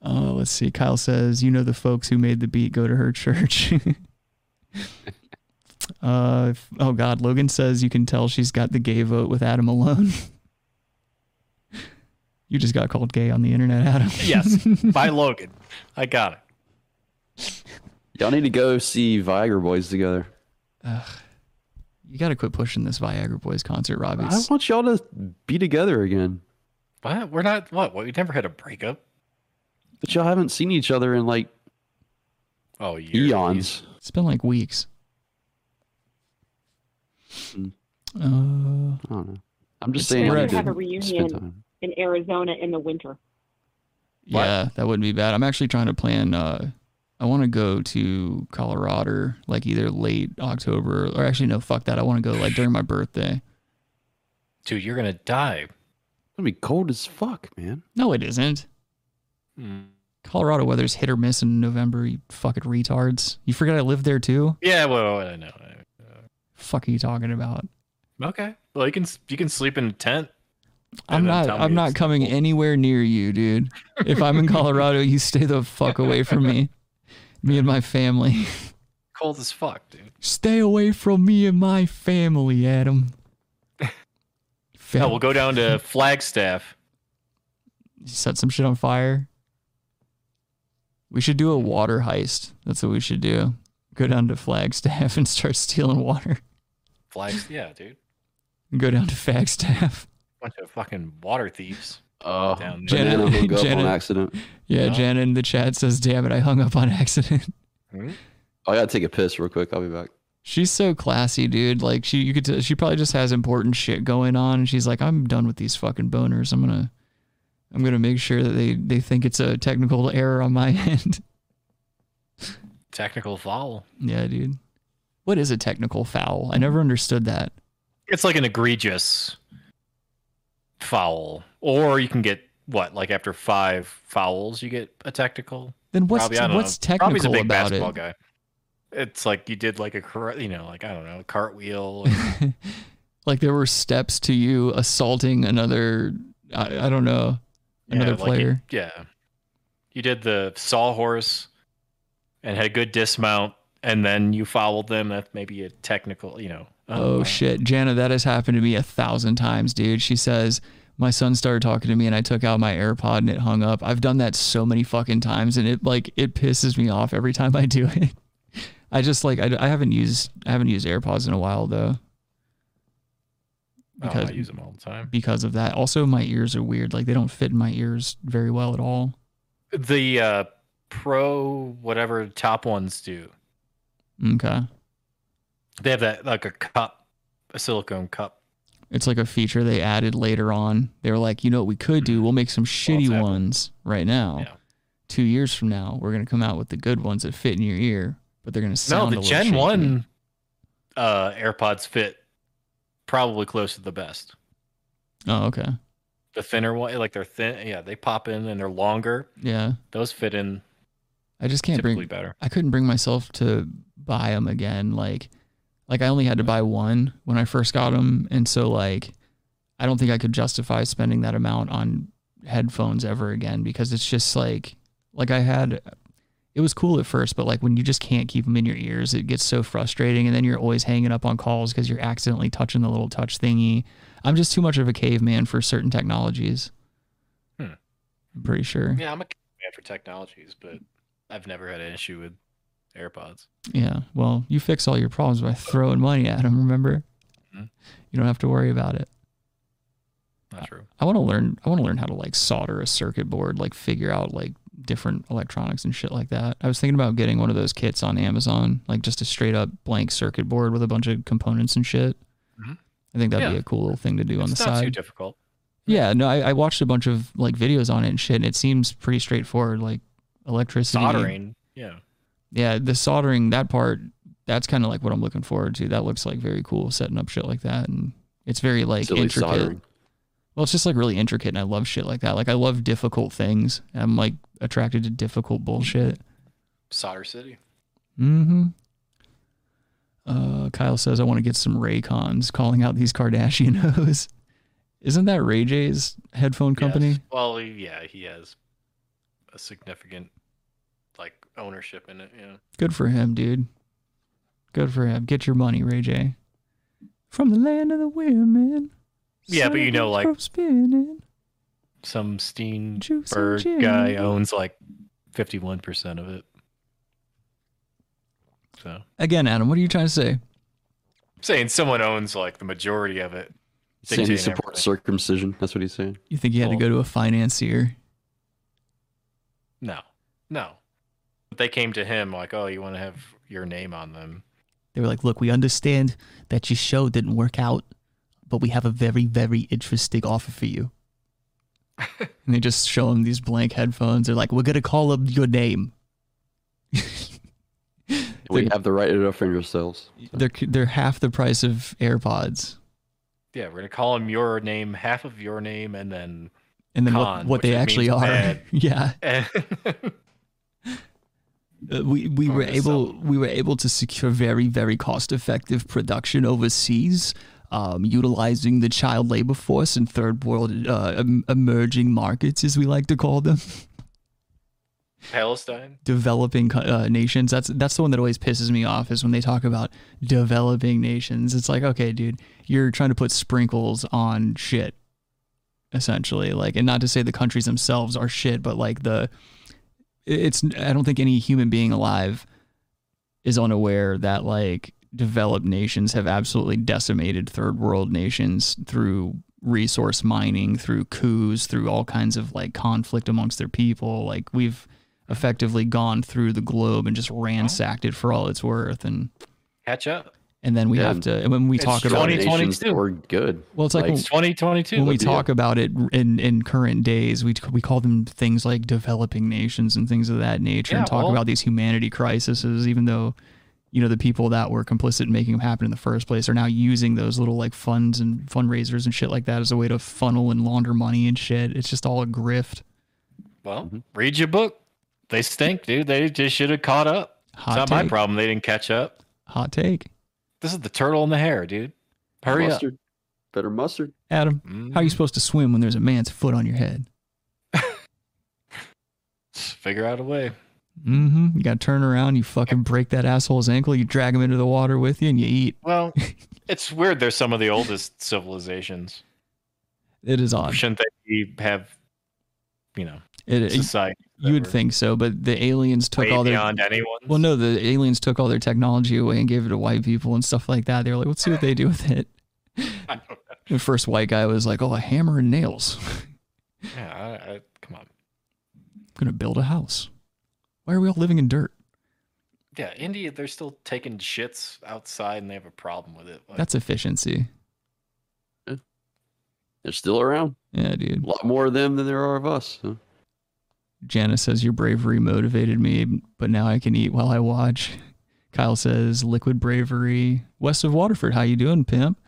Oh, let's see. Kyle says, "You know the folks who made the beat go to her church." <laughs> uh, if- oh God, Logan says you can tell she's got the gay vote with Adam alone. <laughs> you just got called gay on the internet, Adam. <laughs> Yes, by Logan. I got it. Y'all need to go see Viagra Boys together. you got to quit pushing this Viagra Boys concert, Robbie. I want y'all to be together again. What? We're not. What? What? We never had a breakup. But y'all haven't seen each other in like Oh, eons. It's been like weeks. Mm. Uh, I don't know. I'm just It's saying. We're you at- could have a spend reunion time. in Arizona in the winter. Yeah, that wouldn't be bad. I'm actually trying to plan. Uh, I want to go to Colorado, like either late October or actually no, fuck that. I want to go like during my birthday. Dude, you're gonna die. It'll be cold as fuck, man. No, it isn't. Hmm. Colorado weather's hit or miss in November. You fucking retards. You forget I live there too. Yeah. Well, I know. Fuck are you talking about? Okay. Well, you can you can sleep in a tent. I'm And then not. tell I'm me not coming anywhere near you, dude. If I'm <laughs> in Colorado, you stay the fuck away from me. Me and my family. Cold as fuck, dude. Stay away from me and my family, <laughs> Adam. No, we'll go down to <laughs> Flagstaff. set some shit on fire. We should do a water heist. That's what we should do. Go down to Flagstaff and start stealing water. Flags. Yeah, dude. Go down to Flagstaff. <laughs> Bunch of fucking water thieves. Oh, down there. Janet- Banana hook up on Janet- accident. Yeah, Yeah. Janet in the chat says, "Damn it, I hung up on accident." <laughs> Oh, I gotta take a piss real quick. I'll be back. She's so classy, dude. Like she, you could. T- she probably just has important shit going on, and she's like, "I'm done with these fucking boners. I'm gonna, I'm gonna make sure that they they think it's a technical error on my <laughs> end." Technical foul. yeah, dude. What is a technical foul? I never understood that. It's like an egregious foul, or you can get what like after five fouls you get a technical. Then what's- Probably, I don't what's know. Robbie's a technical big about basketball it? guy. It's like you did like a cor- you know like I don't know cartwheel. and- <laughs> Like there were steps to you assaulting another. I, I don't know Oh, another yeah, like you- player. yeah, you did the sawhorse and had a good dismount, and then you fouled them. That's maybe a technical. You know. Oh shit, Jana, that has happened to me a thousand times, dude. She says, My son started talking to me and I took out my AirPod and it hung up. I've done that so many fucking times and it like it pisses me off every time I do it. <laughs> I just like I, I haven't used I haven't used AirPods in a while though. Oh, I use 'em all the time. Because of that. Also my ears are weird. Like they don't fit in my ears very well at all. the uh, pro whatever top ones do. Okay. They have that like a cup, a silicone cup. It's like a feature they added later on. They were like, you know what we could Mm-hmm. do? We'll make some shitty ones right now. Two years from now, we're gonna come out with the good ones that fit in your ear, but they're gonna sound no, a the little Gen shaky. One uh, AirPods fit probably close to the best. Oh, okay. The thinner one, like they're thin. Yeah, they pop in and they're longer. Yeah. Those fit in. I just can't bring. Typically better. I couldn't bring myself to buy them again. Like, like I only had Mm-hmm. to buy one when I first got them, and so like, I don't think I could justify spending that amount on headphones ever again because it's just like, like I had. It was cool at first, but like when you just can't keep them in your ears, it gets so frustrating. And then you're always hanging up on calls because you're accidentally touching the little touch thingy. I'm just too much of a caveman for certain technologies. Hmm. I'm pretty sure. Yeah, I'm a man for technologies, but I've never had an issue with AirPods. Yeah. Well, you fix all your problems by throwing money at them, remember? Mm-hmm. You don't have to worry about it. Not true. I want to learn I want to learn how to like solder a circuit board, like figure out like different electronics and shit like that. I was thinking about getting one of those kits on Amazon, like just a straight up blank circuit board with a bunch of components and shit. Mhm. I think that'd be Yeah. a cool little thing to do on the it's not side. too difficult. Yeah, no, I, I watched a bunch of like videos on it and shit, and it seems pretty straightforward, like electricity. Soldering. Yeah. Yeah, the soldering that part, that's kind of like what I'm looking forward to. That looks like very cool, setting up shit like that, and it's very like Silly intricate. soldering. Well, it's just like really intricate, and I love shit like that. Like I love difficult things. I'm like attracted to difficult bullshit. Solder City. Mm-hmm. Uh, Kyle says I want to get some Raycons, calling out these Kardashian <laughs> hoes. Isn't that Ray J's headphone company? Yes. Well, yeah, he has a significant like ownership in it. Yeah. Good for him, dude. Good for him. Get your money, Ray J. From the land of the women. Yeah, but you know, like From spinning. some Juicy Steenberg Jane. guy owns like fifty-one percent of it. So Again, Adam, what are you trying to say? saying someone owns like the majority of it. Saying he dictating supports circumcision. That's what he's saying. You think you had to go to a financier? everything. No, no. But they came to him like, "Oh, you want to have your name on them?" They were like, look, we understand that your show didn't work out, but we have a very, very interesting offer for <laughs> you. And they just show him these blank headphones. They're like, we're going to call up your name. <laughs> We have the right to defend ourselves. They're, they're half the price of AirPods. Yeah, we're gonna call him your name, half of your name, and then <laughs> And then what- con, what which they means actually are. bad. <laughs> Yeah. And- Uh, we we were to able we were able to secure very very cost effective production overseas, um, utilizing the child labor force in third world uh, em- emerging markets as we like to call them, Palestine. developing co- uh, nations. That's that's the one that always pisses me off is when they talk about developing nations. It's like okay, dude, you're trying to put sprinkles on shit, essentially. Like, and not to say the countries themselves are shit, but like the it's I don't think any human being alive is unaware that like developed nations have absolutely decimated third world nations through resource mining, through coups, through all kinds of like conflict amongst their people. Like we've effectively gone through the globe and just ransacked it for all it's worth and Catch up. and then we Yeah. have to and when we It's talk about Nations that We're good. well, it's like, when- 2022. When we Would be talk about it in, in current days, we we call them things like developing nations and things of that nature, Yeah, and talk well- about these humanity crises, even though you know the people that were complicit in making them happen in the first place are now using those little like funds and fundraisers and shit like that as a way to funnel and launder money and shit. It's just all a grift. Well, Mm-hmm. read your book. They stink, dude. They just should have caught up. Hot it's not my take. problem. They didn't catch up. Hot take. This is the turtle in the hair, dude. Hurry Mm-hmm. Mustard. Better mustard. Adam, how are you supposed to swim when there's a man's foot on your head? up. Figure out a way. Mm-hmm. You got to turn around. You fucking break that asshole's ankle. You drag him into the water with you, and you eat. <laughs> Well, it's weird. They're some of the oldest civilizations. It is odd. Shouldn't they be- have, you know, It, society? you would think so, but the aliens took Way all their beyond anyone's? Well, no, the aliens took all their technology away and gave it to white people and stuff like that. They were like, let's see what they do with <laughs> it. The first white guy was like, oh, a hammer and nails. <laughs> Yeah, I, I, come on. I'm gonna build a house. Why are we all living in dirt? Yeah, India, they're still taking shits outside and they have a problem with it. Like, That's efficiency. They're still around. Yeah, dude. A lot more of them than there are of us. so. Janice says your bravery motivated me, but now I can eat while I watch. Kyle says liquid bravery. West of Waterford, how you doing, pimp?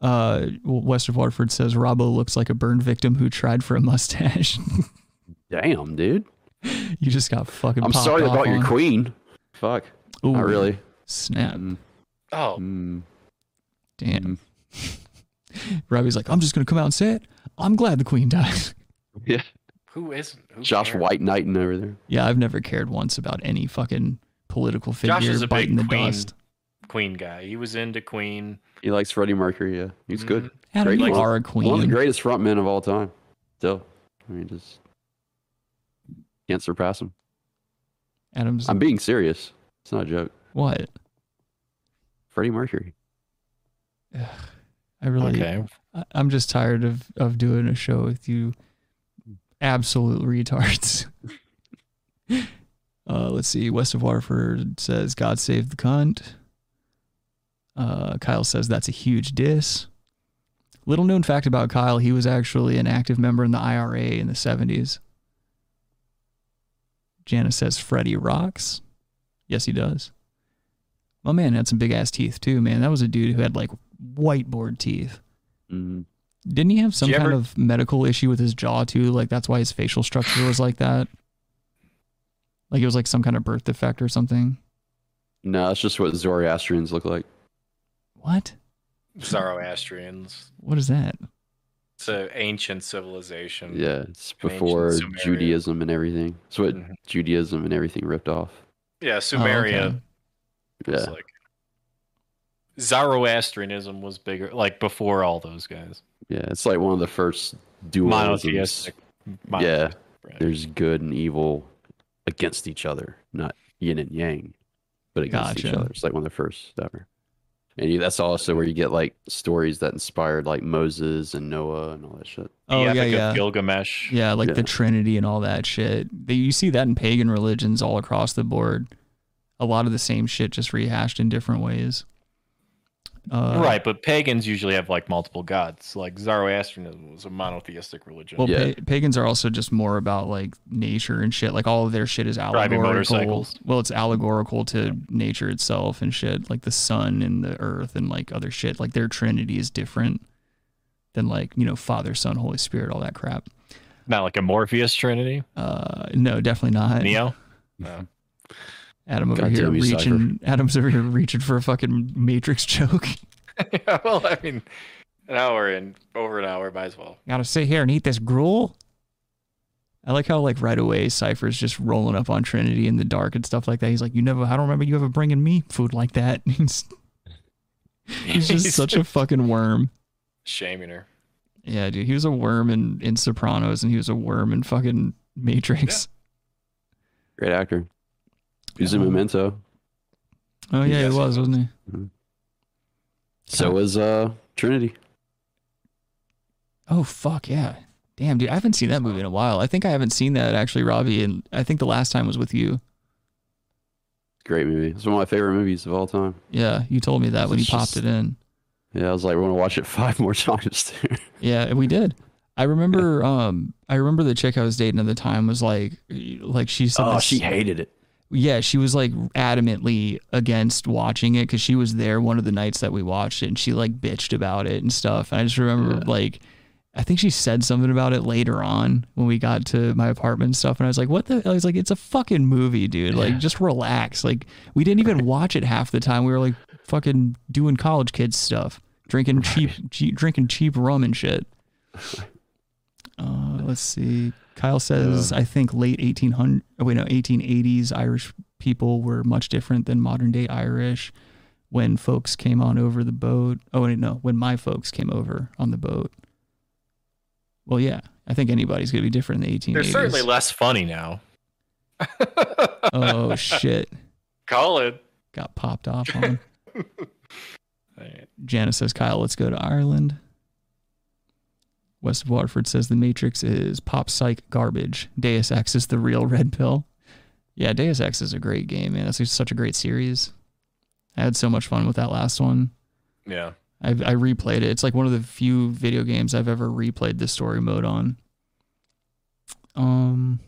Uh, West of Waterford says Robbo looks like a burn victim who tried for a mustache. <laughs> Damn, dude. you just got fucking. I'm popped sorry off about your on. queen. Fuck. Ooh, Not really. Mm. Snap. Oh. Damn. Mm. <laughs> Robbie's like, I'm just gonna come out and say it. I'm glad the queen died. <laughs> Yeah. who isn't? Who Josh cares? White Knighting over there. Yeah, I've never cared once about any fucking political figure Josh is a biting big the Queen, dust. Queen guy. He was into Queen. He likes Freddie Mercury. Yeah, Mm-hmm. he's good. Adam, you Great are a One of queen. the greatest frontmen of all time. Still, I mean, just can't surpass him. Adam's I'm being serious. It's not a joke. what? Freddie Mercury. I really, Okay. I, I'm just tired of of doing a show with you, absolute retards. <laughs> uh, let's see. West of Waterford says, "God save the cunt." Uh, Kyle says that's a huge diss. Little known fact about Kyle: he was actually an active member in the IRA in the '70s. Janice says Freddie rocks. Yes, he does. My man had some big ass teeth too, man. That was a dude who had like whiteboard teeth. Mm-hmm. Didn't he have some Did you kind ever- of medical issue with his jaw too? Like that's why his facial structure was like that. Like it was like some kind of birth defect or something. No, that's just what Zoroastrians look like. What? Zoroastrians. What is that? Oh, It's an ancient civilization. Yeah, it's An ancient Mm-hmm. before Sumeria. Judaism and everything. It's what Judaism and everything ripped off. Yeah, Sumeria. Oh, okay. Yeah, It's like Zoroastrianism was bigger, like before all those guys. yeah, it's like one of the first dualisms. Monotheistic. Mon- yeah, there's good and evil against each other, not yin and yang, but against each Gotcha. other. It's like one of the first ever. And you, that's also where you get like stories that inspired like Moses and Noah and all that shit. Oh yeah, Epic yeah, of Gilgamesh. yeah. Like Yeah. the Trinity and all that shit. They- You see that in pagan religions all across the board. A lot of the same shit just rehashed in different ways. Uh, right, but pagans usually have like multiple gods. Like Zoroastrianism was a monotheistic religion. Well, pa- pagans are also just more about like nature and shit. Like all of their shit is Driving allegorical. motorcycles. Well, it's allegorical to nature itself and shit, like the sun and the earth and like other shit. Like their trinity is different than like you know Father, Son, Holy Spirit, all that crap. Not like a Morpheus trinity. Uh, no, definitely not. Neo. Adam over God here damn you, reaching. <laughs> Adam's over here reaching for a fucking Matrix joke. yeah, <laughs> well, I mean, an hour and over an hour, might as well. Gotta sit here and eat this gruel. I like how like right away Cypher's just rolling up on Trinity in the dark and stuff like that. He's like, you never, I don't remember you ever bringing me food like that. <laughs> he's, he's just He's- such a fucking worm. Shaming her. Yeah, dude, he was a worm in in Sopranos and he was a worm in fucking Matrix. Great actor. He's in Yeah. Memento. Oh yeah, he was, wasn't he? So was uh Trinity. Oh fuck yeah, damn dude, I haven't seen that movie in a while. I think I haven't seen that actually, Robbie, and I think the last time was with you. Great movie. It's one of my favorite movies of all time. Yeah, you told me that when you It's popped just- it in. Yeah, I was like, I want to watch it <laughs> five more times. dude. Yeah, and we did. I remember um I remember the chick I was dating at the time was like like she said oh, <laughs> this- she hated it. yeah, she was like adamantly against watching it because she was there one of the nights that we watched it and she like bitched about it and stuff. And I just remember like, I think she said something about it later on when we got to my apartment and stuff. And I was like, what the? I was like, it's a fucking movie, dude. Like, just relax. Like, we didn't even watch it half the time. We were like fucking doing college kids stuff, drinking cheap, cheap, drinking cheap rum and shit. Uh, let's see. Kyle says, I think late 1800, oh, wait, no, 1880s Irish people were much different than modern day Irish when folks came on over the boat. Oh, wait, no, when my folks came over on the boat. Well, yeah, I think anybody's going to be different in the 1880s. They're certainly less funny now. oh, shit. Call it. Got popped off on. <laughs> Janice says, Kyle, let's go to Ireland. West of Waterford says the Matrix is pop psych garbage. Deus Ex is the real red pill. Yeah, Deus Ex is a great game, man. That's such a great series. I had so much fun with that last one. Yeah. I, I replayed it. It's like one of the few video games I've ever replayed the story mode on. Um.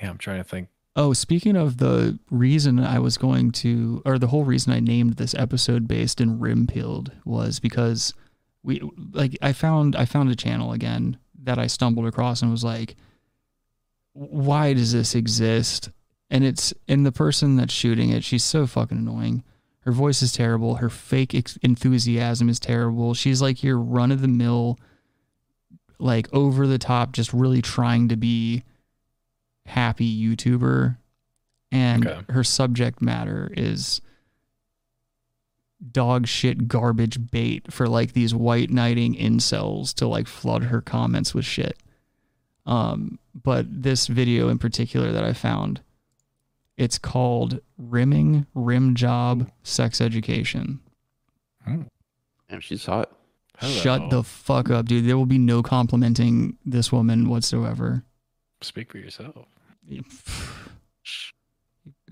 Yeah, I'm trying to think. Oh, speaking of the reason I was going to, or the whole reason I named this episode based in Rimpield was because we like I found I found a channel again that I stumbled across and was like, why does this exist? And it's and the person that's shooting it, she's so fucking annoying. Her voice is terrible. Her fake ex- enthusiasm is terrible. She's like your run of the mill, like over the top, just really trying to be happy YouTuber. And her subject matter is dog shit garbage bait for like these white knighting incels to like flood her comments with shit. Um, but this video in particular that I found, it's called Rimming Rim Job Sex Education. Damn, she's hot. Shut the fuck up, dude. There will be no complimenting this woman whatsoever. Speak for yourself.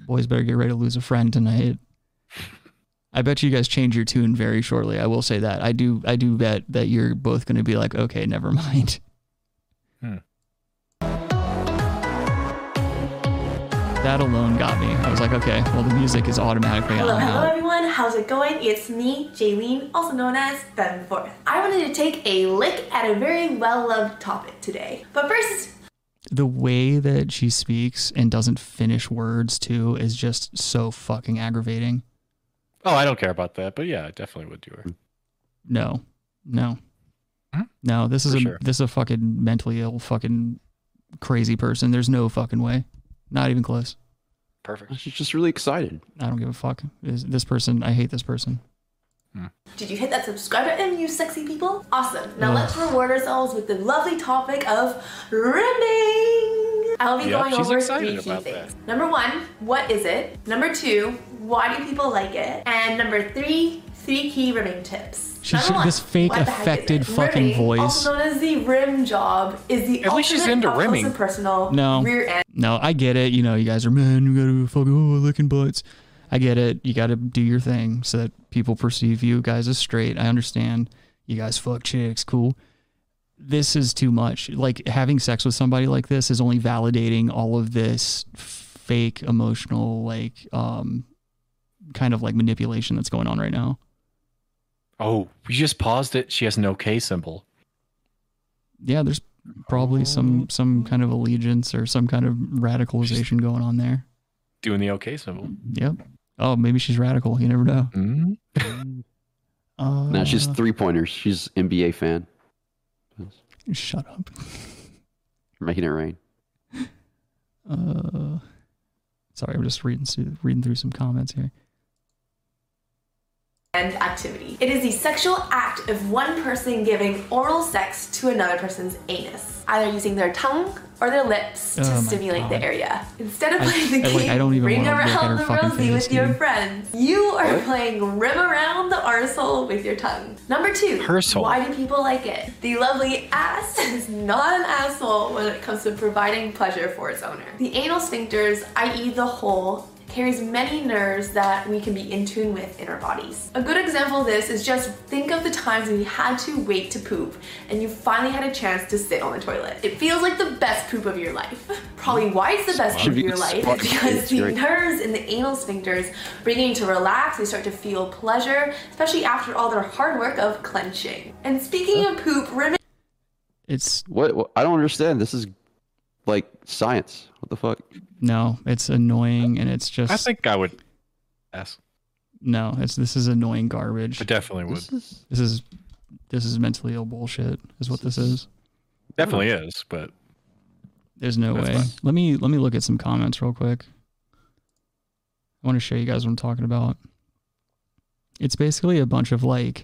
Boys better get ready to lose a friend tonight. I bet you guys change your tune very shortly. I will say that. I do I do bet that you're both going to be like, "Okay, never mind." Hmm. That alone got me. I was like, "Okay, well the music is automatically on Hello, hello now." everyone. How's it going? It's me, Jaylene, also known as Ben Forth. I wanted to take a lick at a very well-loved topic today. But first, The way that she speaks and doesn't finish words too is just so fucking aggravating. Oh, I don't care about that, but yeah, I definitely would do her. Oh No, no, no. This is Hmm? For a sure. this is a fucking mentally ill, fucking crazy person. There's no fucking way. Not even close. Perfect. She's just really excited. I don't give a fuck. This, this person, I hate this person. Hmm. did you hit that subscribe button, you sexy people? Awesome. Now Ugh. let's reward ourselves with the lovely topic of rimming. I will be Yep, going she's over excited three key about things. Number one, what is it? Number two, why do people like it? And number three, three key rimming tips. She Number should- one, this fake what the heck is affected it? fucking Rimming, voice. also known as the rim job, is the At least she's ultimate into up close rimming. and personal No, rear end no, I get it. You know, you guys are man. You gotta be fucking oh, licking butts. I get it. You gotta do your thing so that people perceive you guys as straight. I understand. You guys fuck chicks, cool. This is too much. Like having sex with somebody like this is only validating all of this fake emotional, like, um, kind of like manipulation that's going on right now. Oh, we just paused it. She has no K symbol. Yeah, there's probably some some kind of allegiance or some kind of radicalization going on there. Doing the OK symbol. Yep. Oh, maybe she's radical. You never know. Uh, no, she's three pointers. She's NBA fan. Shut up. Making it rain. Uh, sorry, I'm just reading through, reading through some comments here. activity. It is the sexual act of one person giving oral sex to another person's anus, either using their tongue or their lips to Oh my stimulate the area. Instead <laughs> of I- playing the I- like, game, I don't even ring wanna look at her around the fucking rosy face, with your dude. friends. You are playing rim around the arsehole with your tongue. Number two, Arsehole. why do people like it? The lovely ass <laughs> is not an asshole when it comes to providing pleasure for its owner. The anal sphincters, i.e., the hole, carries many nerves that we can be in tune with in our bodies. A good example of this is just think of the times when you had to wait to poop and you finally had a chance to sit on the toilet. It feels like the best poop of your life. probably why it's the best Should time of be your life smart. is because It's the great. nerves in the anal sphincters beginning to relax. They start to feel pleasure, especially after all their hard work of clenching. And speaking of poop, Rim It's what, what- I don't understand. This is like science. What the fuck? No, it's annoying and it's just. I think I would ask. No, it's this is annoying garbage. I definitely would. This is this is, this is mentally ill bullshit. Is what this is. Definitely is, but There's no That's way. fine. Let me let me look at some comments real quick. I want to show you guys what I'm talking about. It's basically a bunch of like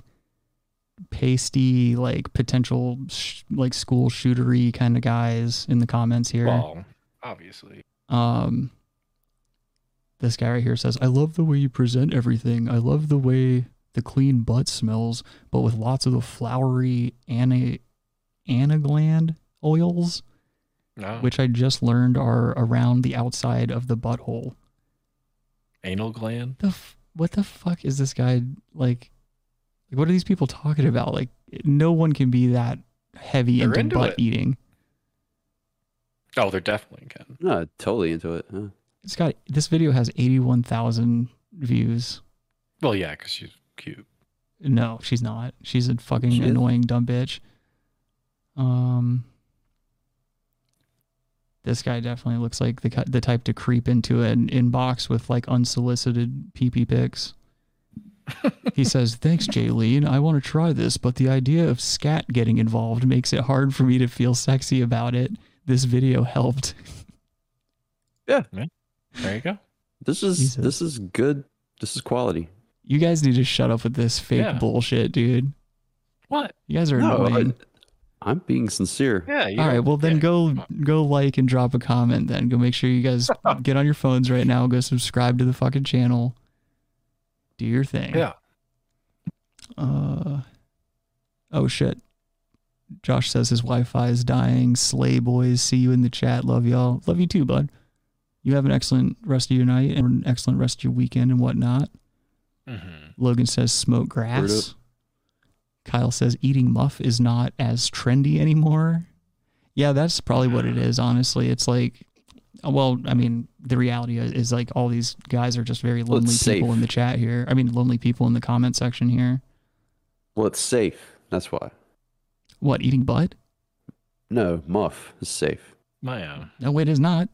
pasty, like potential sh- like school shootery kind of guys in the comments here. well, obviously. Um, this guy right here says, "I love the way you present everything. I love the way the clean butt smells, but with lots of the flowery ana anagland oils, No. Oh. which I just learned are around the outside of the butthole." Anal gland? The f- what the fuck is this guy like? Like, what are these people talking about? Like, no one can be that heavy They're into, into butt it. eating. Oh, they're definitely can. No, totally into it. Huh? It's got this video has eighty-one thousand views. Well, yeah, because she's cute. No, she's not. She's a fucking She is. annoying dumb bitch. Um, this guy definitely looks like the ki- the type to creep into an inbox with like unsolicited PP pics. <laughs> he says, "Thanks, Jaylene. I want to try this, but the idea of scat getting involved makes it hard for me to feel sexy about it. This video helped." Yeah. There you go. This is this is good. This is quality. You guys need to shut up with this fake Yeah. bullshit, dude. What? You guys are annoying. I, am being sincere. Yeah. All right, well then go go like and drop a comment then. Go make sure you <laughs> guys get on your phones right now, go subscribe to the fucking channel. Do your thing. Yeah. Uh Oh shit. Josh says his Wi-Fi is dying. Slay boys, see you in the chat. Love y'all. Love you too, bud. You have an excellent rest of your night and an excellent rest of your weekend and whatnot. Mm-hmm. Logan says smoke Word grass. Kyle says eating muff is not as trendy anymore. Yeah, that's probably what Mm. it is, honestly. It's like, well, I mean, the reality is, is like all these guys are just very Well, lonely it's people safe. in the chat here. I mean, lonely people in the comment section here. Well, it's safe. That's why. What, eating butt? No, muff is safe. My own. No, it is not.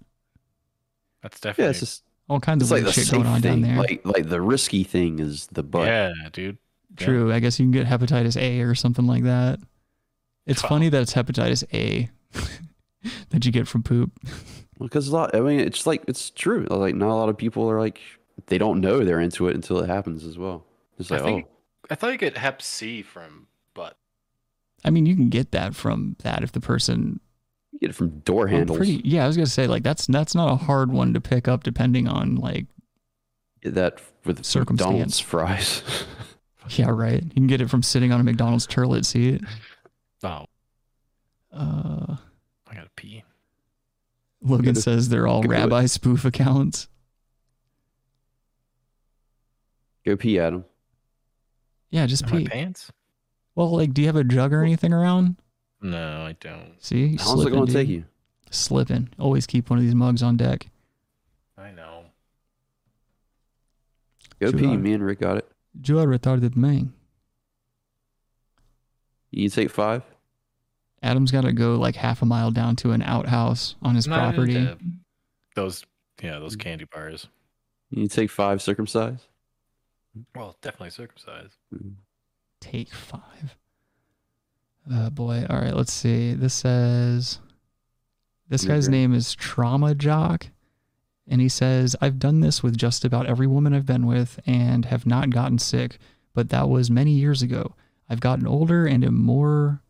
That's Yeah, definitely. it's just All kinds it's of like weird the shit safe going on down thing. there. Like like the risky thing is the butt. yeah, dude. True. I guess you can get hepatitis A or something like that. It's funny that it's hepatitis A <laughs> that you get from poop. Because a lot. I mean, it's like it's true. Like not a lot of people are like they don't know they're into it until it happens as well. It's like I oh think I thought you get Hep C from butt. I mean, you can get that from that if the person you get it from door I'm handles. pretty- yeah, I was gonna say like that's that's not a hard one to pick up depending on like Get that with Circumstance. McDonald's fries. <laughs> yeah right. You can get it from sitting on a McDonald's toilet seat. Oh, Uh, I gotta pee. Logan Could've- says they're all could've- rabbi spoof accounts. Go pee, Adam. Yeah, just In my pee. pants? Well, like, do you have a jug or anything around? No, I don't. See, How long's it gonna take you? Slipping. Always keep one of these mugs on deck. I know. Go Too pee. hard. Me and Rick got it. You are a retarded man. You take five. Adam's got to go like half a mile down to an outhouse on his Not property. into Those, yeah, those candy bars. You take five circumcised. Well, definitely circumcised. Take five. Oh boy. All right, let's see. This says this Yeah, guy's great. name is Trauma Jock. And he says, I've done this with just about every woman I've been with and have not gotten sick, but that was many years ago. I've gotten older and am more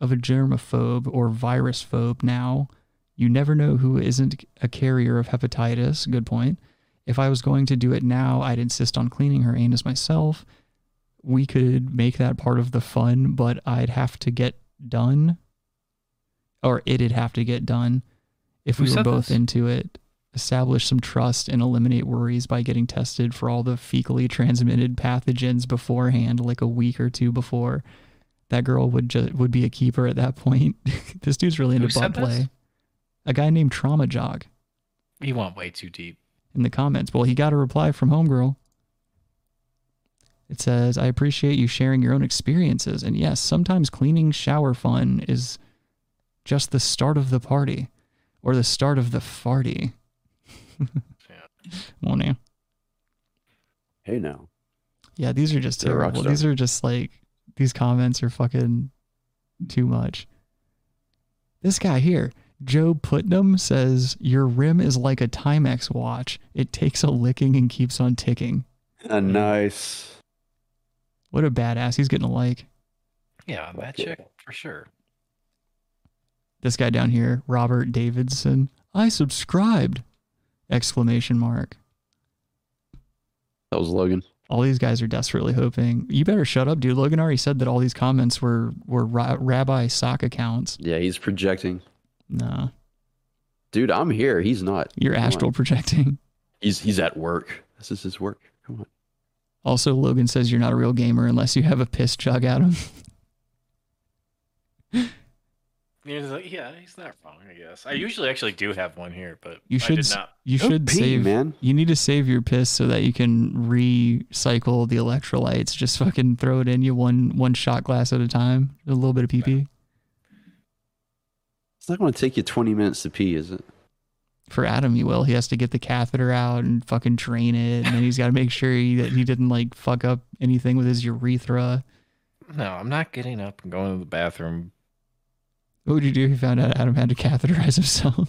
of a germaphobe or virus phobe now. You never know who isn't a carrier of hepatitis. Good point. If I was going to do it now, I'd insist on cleaning her anus myself we could make that part of the fun, but I'd have to get done, or it'd have to get done if Who we were said both this? into it. Establish some trust and eliminate worries by getting tested for all the fecally transmitted pathogens beforehand, like a week or two before. That girl would just would be a keeper at that point. <laughs> this dude's really into Who said butt play. this? a guy named Trauma Jog You went way too deep. in the comments. Well, he got a reply from Homegirl. It says, I appreciate you sharing your own experiences. And yes, sometimes cleaning shower fun is just the start of the party or the start of the farty. Morning. Hey now. Yeah, these are just They're rock terrible. These stars. are just like these comments are fucking too much. This guy here, Joe Putnam, says your rim is like a Timex watch. It takes a licking and keeps on ticking. Uh, nice. What a badass. He's getting a like. Yeah, that chick for sure. This guy down here, Robert Davidson. I subscribed. Exclamation mark. That was Logan. All these guys are desperately hoping. You better shut up, dude. Logan already said that all these comments were were ra- rabbi sock accounts. Yeah, he's projecting. Nah. Dude, I'm here. He's not. You're Come on. astral projecting. He's he's at work. This is his work. Come on. Also, Logan says you're not a real gamer unless you have a piss jug at him. He's like, yeah, he's not wrong, I guess. I usually actually do have one here, but <laughs> You I should did s- not. you Go should pee, save man. You need to save your piss so that you can recycle the electrolytes. Just fucking throw it in you one one shot glass at a time. A little bit of pee pee It's not going to take you 20 minutes to pee, is it? for Adam. You will. He has to get the catheter out and fucking drain it, and then he's got to make sure he, that he didn't like fuck up anything with his urethra. No, I'm not getting up and going to the bathroom. <laughs> What would you do if you found out Adam had to catheterize <laughs> himself?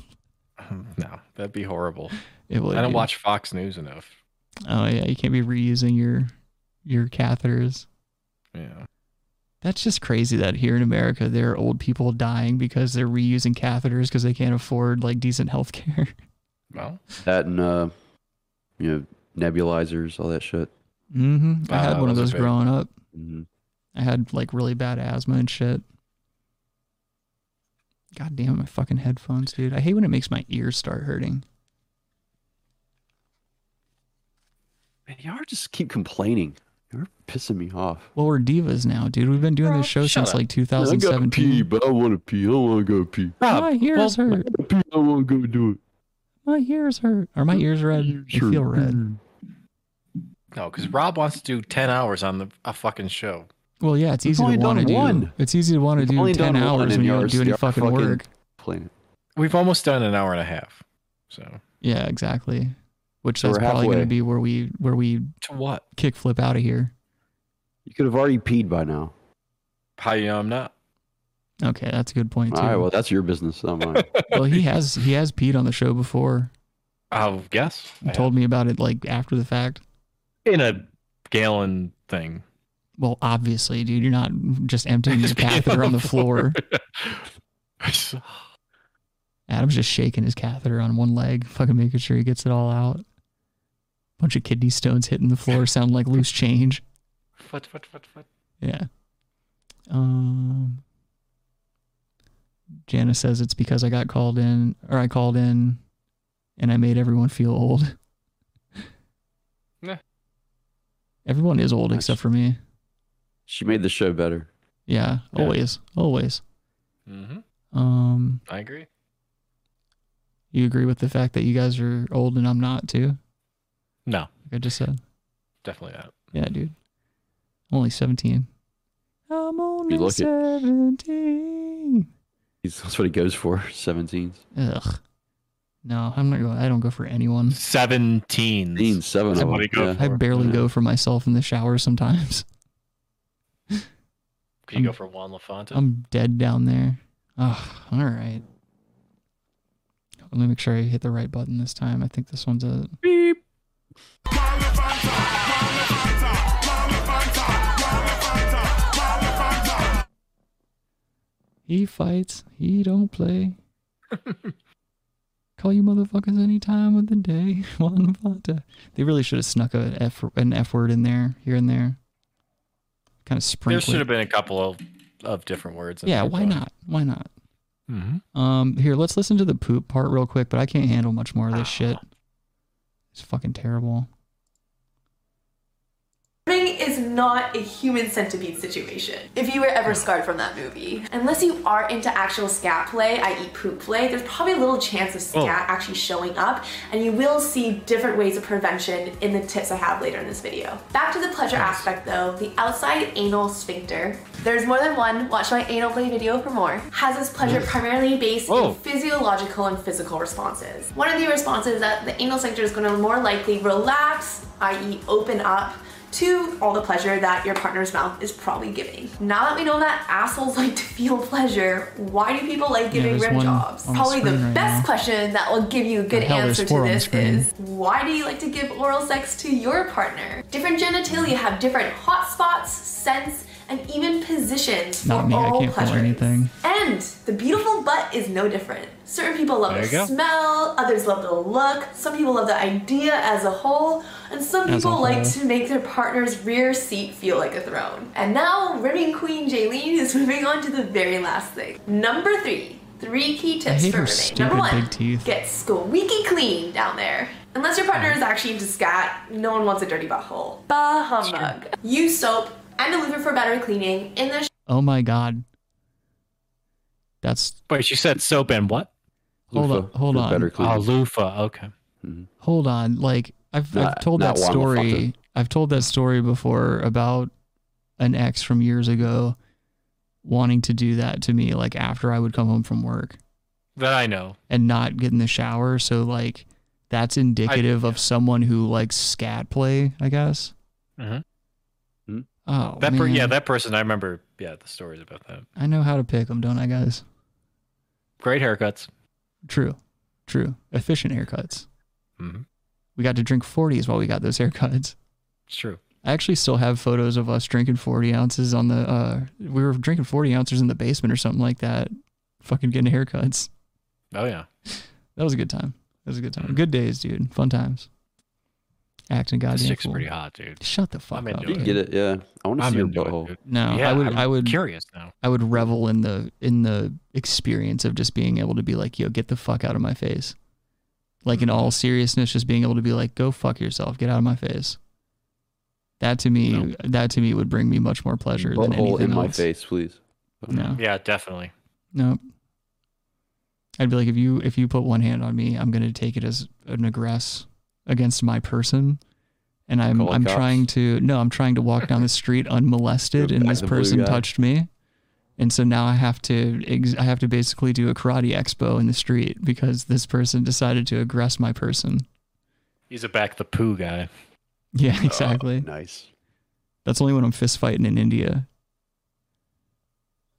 No, that'd be horrible. It would I don't be. watch Fox News enough. Oh yeah, you can't be reusing your your catheters. Yeah. That's just crazy that here in America there are old people dying because they're reusing catheters because they can't afford like decent health <laughs> care. Well, That and, uh, you know, nebulizers, all that shit. hmm Mm-hmm. I had Ah, one of those those are big. growing up. Mhm. I had like really bad asthma and shit. God damn my fucking headphones, dude. I hate when it makes my ears start hurting. Man, y'all just keep complaining. You're pissing me off. Well, we're divas now, dude. We've been doing this show shut since up. like Man, I gotta 2017. pee, but I want to pee. I don't want to go pee. my ears hurt. I pee, I want to go do it. My ears hurt. Are my ears red? They feel red. No, because Rob wants to do 10 hours on the a fucking show. Well, yeah, it's We've easy only to want to do. done one. It's easy to want to We've do only ten done one hours and when you yours- don't do any you're fucking, fucking- work. Planet. We've almost done an hour and a half. So, Yeah, exactly. Which So that's we're probably going to halfway. be where we where we to what? kickflip out of here. You could have already peed by now. How you know I'm not? Okay, that's a good point too. All right, well, that's your business, not <laughs> mine. well, he has he has peed on the show before. I'll guess. He told me about it like after the fact. In a gallon <laughs> thing. Well, obviously, dude, you're not just emptying <laughs> his catheter on the floor. Adam's just shaking his catheter on one leg, fucking making sure he gets it all out. Bunch of kidney stones hitting the floor sound like loose change. Foot, foot, foot, foot. Yeah. Um. Janice says it's because I got called in, or I called in, and I made everyone feel old. Yeah. Everyone is old except for me. she made the show better. Yeah, Yeah. always, always. Mm-hmm. Um, I agree. you agree with the fact that you guys are old and I'm not too? No, Like I just said. definitely not. Yeah, dude. I'm only seventeen. I'm only look it. seventeen. He's, that's what he goes for. 17s. Ugh. No, I'm not going. I don't go for anyone. 17. Dean, seven Somebody of them. go yeah. I barely go for myself in the shower sometimes. Could you go for Juan LaFonta? I'm dead down there. Oh, all right. Let me make sure I hit the right button this time. I think this one's a beep. He fights. He don't <laughs> play. Call you motherfuckers any time of the day. <laughs> Juan Fonta. They really should have snuck a F, an F word in there, here and there. Kind of there sprinkled. should have been a couple of, of different words. in Yeah, there, why but- not? Why not? Mhm. Um, here, let's listen to the poop part real quick, but I can't handle much more of Ah. this shit. It's fucking terrible. Morning is not a human centipede situation. If you were ever scarred from that movie, unless you are into actual scat play, i.e., poop play, there's probably a little chance of scat Oh. actually showing up, and you will see different ways of prevention in the tips I have later in this video. Back to the pleasure aspect though, the outside anal sphincter. There's more than one, watch my anal play video for more. Has its pleasure Ooh. primarily based Whoa. in physiological and physical responses. One of the responses is that the anal sphincter is going to more likely relax, i.e., open up. To all the pleasure that your partner's mouth is probably giving. Now that we know that assholes like to feel pleasure, why do people like Yeah, giving there's rib one jobs? on the Probably the screen right best now. question that will give you a good Oh, hell, there's answer to four on the this screen. is why do you like to give oral sex to your partner? Different genitalia have different hot spots, scents, and even positions Not for me. I all can't feel pleasure. anything. And the beautiful butt is no different. Certain people love There the you go. smell, others love the look, some people love the idea as a whole, and some As a people like whole. to make their partner's rear seat feel like a throne. And now, ribbing queen Jaylene is <laughs> moving on to the very last thing. Number three. Three key I tips hate for her ribbing. Number stupid one, big teeth. get squeaky clean down there. Unless your partner is actually into scat, no one wants a dirty butthole. Bah humbug. Use soap and a lubricant for better cleaning in the Oh my god. That's Wait, she said soap and what? Hold on, hold on. Oh, loofah. Okay. Hold on. Like I've I've Not- told not that one will fuck story. it. I've told that story before about an ex from years ago wanting to do that to me like after I would come home from work That I know. and not get in the shower. So like that's indicative of someone who likes scat play, I guess. Mhm. Oh that per- yeah, man. that person. I remember. Yeah, the stories about that. I know how to pick them, don't I, guys? Great haircuts. True, true. Efficient haircuts. Mhm. We got to drink 40s while we got those haircuts. It's true. I actually still have photos of us drinking 40 ounces on the, uh, we were drinking 40 ounces in the basement or something like that, fucking getting haircuts. Oh yeah. That was a good time. That was a good time. Good days, dude. Fun times. Acting goddamn chick's fool. pretty hot, dude. Shut the fuck I'm up. into You dude. get it? Yeah. I want to I'm see your into it, butthole. No, Yeah, I would. I'm i would. curious now. I would revel in the in the experience of just being able to be like, "Yo, get the fuck out of my face!" Like in Mm-hmm. all seriousness, just being able to be like, "Go fuck yourself, get out of my face." That to me, that to me would bring me much more pleasure than Butthole anything in my else. face, please. No, <laughs> Yeah, definitely. no. I'd be like, if you if you put one hand on me, I'm gonna take it as an aggress against my person. And I'm Call the I'm cops. trying to no, I'm trying to walk down the <laughs> street unmolested, and Back this the blue person guy. touched me, and so now I have to ex- I have to basically do a karate expo in the street because this person decided to aggress my person. <laughs> He's a back the poo guy. Oh. Yeah, exactly. Oh, nice. That's only when I'm fist fighting in India.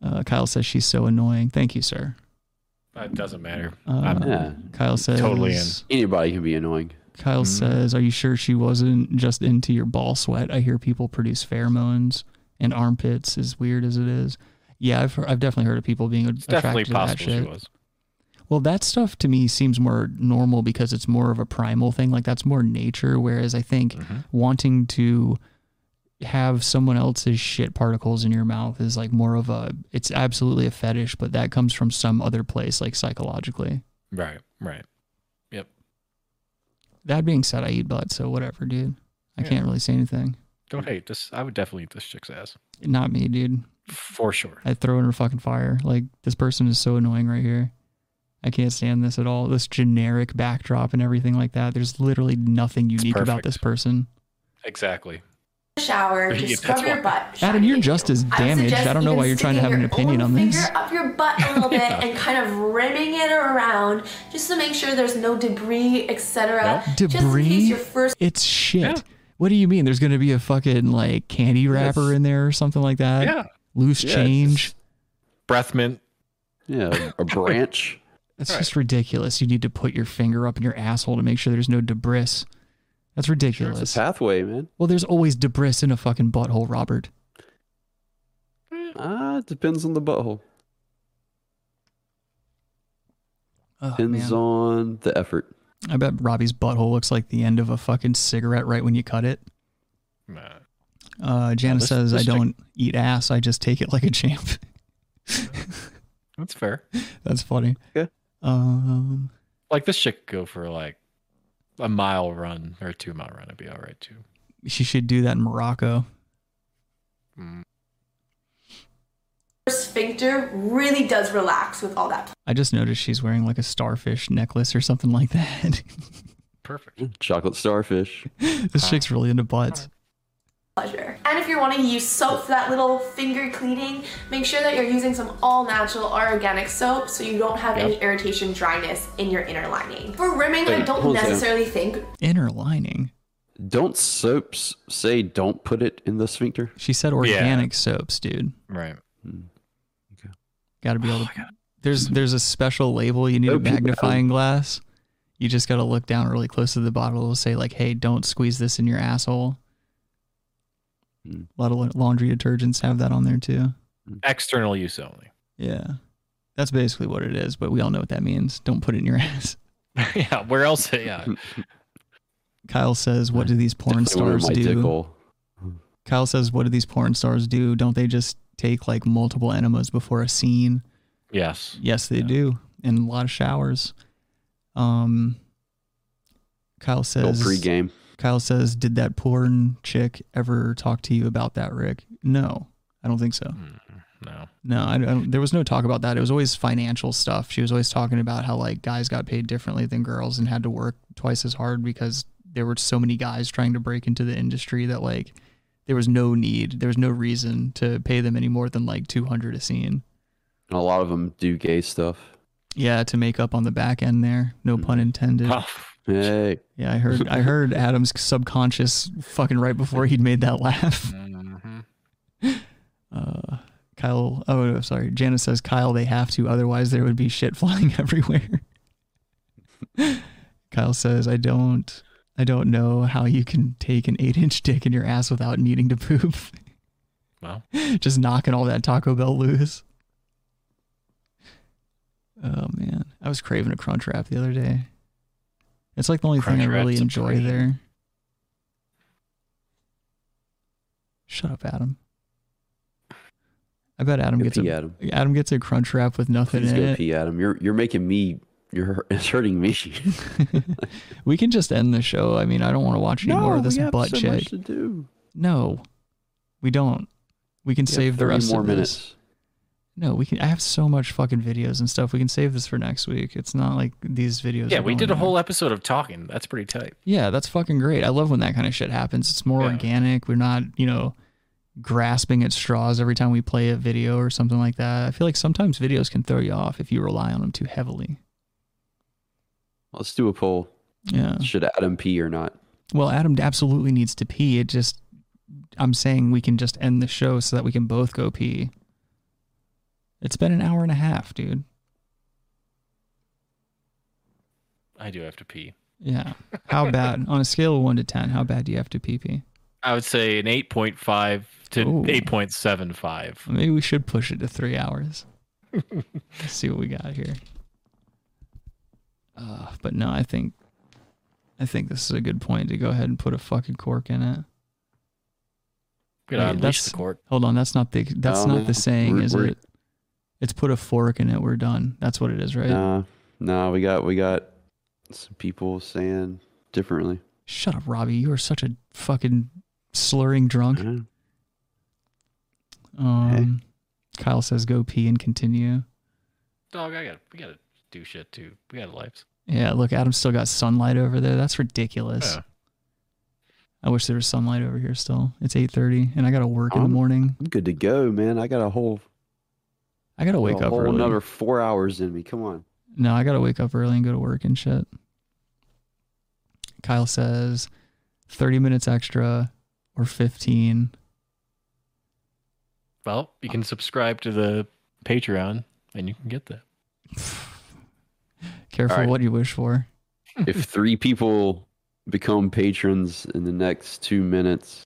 Uh, Kyle says she's so annoying. Thank you, sir. It doesn't matter. Uh, I'm Yeah. Kyle says totally in. Anybody can be annoying. Mm-hmm. Kyle says, "Are you sure she wasn't just into your ball sweat? I hear people produce pheromones and armpits, as weird as it is. Yeah, I've heard, I've definitely heard of people being It's definitely attracted to that possible she shit. was. Well, that stuff to me seems more normal because it's more of a primal thing. Like that's more nature. Whereas I think Mm-hmm. wanting to have someone else's shit particles in your mouth is like more of a. It's absolutely a fetish, but that comes from some other place, like psychologically. Right. Right. Yep. That being said, I eat butt, so whatever, dude. I Yeah. can't really say anything. Don't hate this. I would definitely eat this chick's ass Not me, dude. for sure. I throw in a fucking fire. Like this person is so annoying right here. I can't stand this at all. This generic backdrop and everything like that. There's literally nothing unique about perfect. this person. Exactly. <laughs> shower, Yeah, just that's scrub your butt. Adam, you're just as I would damaged. suggest I don't know even why you're trying to have sticking an your opinion own on this. Finger up your butt a little bit <laughs> and kind of rimming it around just to make sure there's no debris, etc. Just in case Debris? your first It's shit. What do you mean? There's gonna be a fucking like candy wrapper in there or something like that? Yeah. Loose Yeah, it's change. Breath mint. Yeah. <laughs> A branch. That's just ridiculous. You need to put your finger up in your asshole to make sure there's no debris. That's ridiculous. It's a pathway, man. Well, there's always debris in a fucking butthole, Robert. Ah, it depends on the butthole. Oh, depends man. on the effort. I bet Robbie's butthole looks like the end of a fucking cigarette right when you cut it. Uh, Janice this- says, this I thing- don't eat ass. I just take it like a champ. <laughs> That's fair. That's funny. Yeah. Um, Like this chick could go for like a mile run or a two mile run. It'd be all right too. she should do that in Morocco. Her sphincter really does relax with all that I just noticed she's wearing like a starfish necklace or something like that. <laughs> Perfect. Chocolate starfish. this chick's really into butts. pleasure. And if you're wanting to use soap for that little finger cleaning, make sure that you're using some all natural or organic soap so you don't have Yep. any irritation, dryness in your inner lining. For rimming, I Wait, don't hold on. necessarily think Inner lining. Don't soaps say don't put it in the sphincter? She said organic soaps, dude. Right. Got to be able to. there's there's a special label. You need a Soap is magnifying glass. You just got to look down really close to the bottle. It'll say like, "Hey, don't squeeze this in your asshole." Hmm. A lot of laundry detergents have that on there too. External use only. <laughs> Yeah, that's basically what it is. But we all know what that means. Don't put it in your <laughs> ass. yeah. Where else? Yeah. Kyle says, "What do these porn Definitely where stars my do?" dickle. Kyle says, "What do these porn stars do? Don't they just take like multiple enemas before a scene?" Yes. Yes, they do, and a lot of showers. Um, Kyle Little says, pregame. Kyle says, "Did that porn chick ever talk to you about that, Rick?" No, I don't think so. no, no, I, I don't, there was no talk about that. It was always financial stuff. She was always talking about how like guys got paid differently than girls and had to work twice as hard because there were so many guys trying to break into the industry that like there was no need, there was no reason to pay them any more than like two hundred a scene. A lot of them do gay stuff. Yeah, to make up on the back end there. No pun intended. Hey. Yeah, I heard. I heard Adam's subconscious fucking right before he'd made that laugh. Uh, Kyle. Oh, no, sorry. Janice says Kyle. They have to, otherwise there would be shit <laughs> flying everywhere. Kyle says, "I don't. I don't know how you can take an eight-inch dick in your ass without needing to poop. Well, <laughs> Just knocking all that Taco Bell loose." Oh man, I was craving a crunch wrap the other day. It's like the only thing I Crunch really wraps are enjoy great. there. Shut up, Adam. I bet Adam Go gets pee, a Adam. gets a crunch wrap with nothing Please in go it. pee, Adam. You're you're making me. You're <laughs> hurt- it's hurting me. <laughs> We can just end the show. I mean, I don't want to watch any more of this butt so check. much to do. No, we don't. We can We have save the 30 rest more of this. minutes. No, we can. I have so much fucking videos and stuff. We can save this for next week. It's not like these videos. Yeah, are we going did a anywhere. whole e- episode of talking. That's pretty tight. Yeah, that's fucking great. I love when that kind of shit happens. It's more organic. We're not, you know, grasping at straws every time we play a video or something like that. I feel like sometimes videos can throw you off if you rely on them too heavily. Let's do a poll. Yeah. Should Adam pee or not? Well, Adam absolutely needs to pee. It just, I'm saying we can just end the show so that we can both go pee. It's been an hour and a half, dude. I do have to pee. Yeah. How bad? on a scale of one to 10, how bad do you have to pee pee? I would say an 8.5 to 8.75. Maybe we should push it to three hours. Let's see what we got here. Uh, but no, I think I think this is a good point to go ahead and put a fucking cork in it. Good, I Wait, unleash that's- the cork. Hold on, that's not the that's No, not the saying, we're- is we're- it? It's put a fork in it. We're done. That's what it is, right? Nah, nah. We got we got some people saying <laughs> differently. Shut up, Robbie. You are such a fucking slurring drunk. Mm-hmm. Um, Kyle says go pee and continue. Dog, I got we gotta do shit too. We got lives. Yeah, look, Adam's still got sunlight over there. That's ridiculous. I wish there was sunlight over here still. It's 8:30 and I got to work in the I'm- morning. I'm good to go, man. I got a whole I got to wake a up whole early. another four hours in me. Come on. No, I got to wake up early and go to work and shit. Kyle says 30 minutes extra or 15. Well, you can subscribe to the Patreon and you can get that. Careful Alright. what you wish for. if three people become patrons in the next two minutes,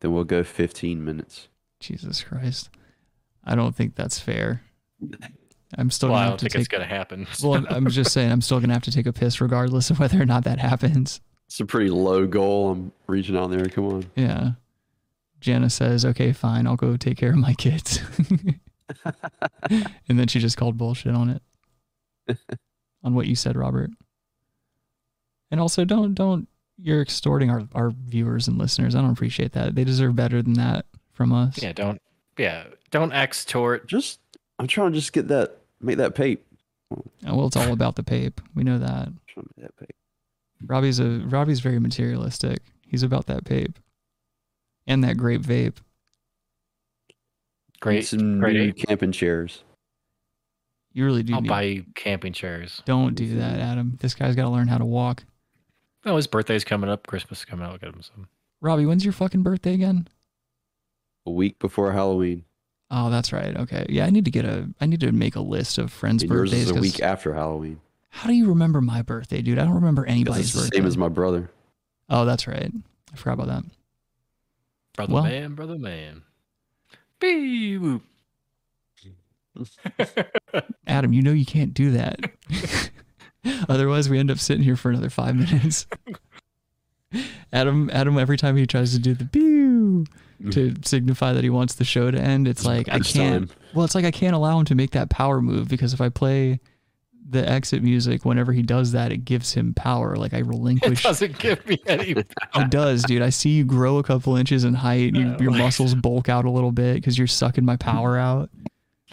then we'll go 15 minutes. Jesus Christ. I don't think that's fair. I'm still Well, I gonna don't have to think it's take, gonna <laughs> happen, Well, I'm, so. I'm just saying I'm still gonna have to take a piss regardless of whether or not that happens. It's a pretty low goal. I'm reaching out there. Come on. Yeah. Janice says, okay, fine, I'll go take care of my kids. <laughs> and then she just called bullshit on it. <laughs> on what you said, Robert. And also don't don't you're extorting our, our viewers and listeners. I don't appreciate that. They deserve better than that from us. Yeah, don't. Yeah, don't extort. Just I'm trying to just get that make that pape. Oh, well, it's all about the pape. We know that. Trying to make that pape. Robbie's a Robbie's very materialistic. He's about that pape and that grape vape. Great, Need some great new ape. camping chairs. You really do. I'll need- buy you camping chairs. Don't do that, Adam. This guy's got to learn how to walk. Oh, his birthday's coming up. Christmas is coming up. I'll get him some. Robbie, when's your fucking birthday again? A week before Halloween. Oh, that's right. Okay. Yeah, I need to get a. I need to make a list of friends' And yours birthdays. is a 'cause week after Halloween. How do you remember my birthday, dude? I don't remember Because anybody's it's the birthday. same as my brother. oh, that's right. I forgot about that. Brother Well- man, brother man. Bee whoop. Adam, you know you can't do <laughs> that. Otherwise, we end up sitting here for another five minutes. Adam, Adam, every time he tries to do the pew to signify that he wants the show to end, Mm-hmm. it's like I crunch can't. time. Well, it's like I can't allow him to make that power move because if I play the exit music whenever he does that, it gives him power. Like I It relinquish. doesn't give me <laughs> any. It does, dude. I see you grow a couple inches in height. <laughs> You, your muscles bulk out a little bit because you're sucking my power out.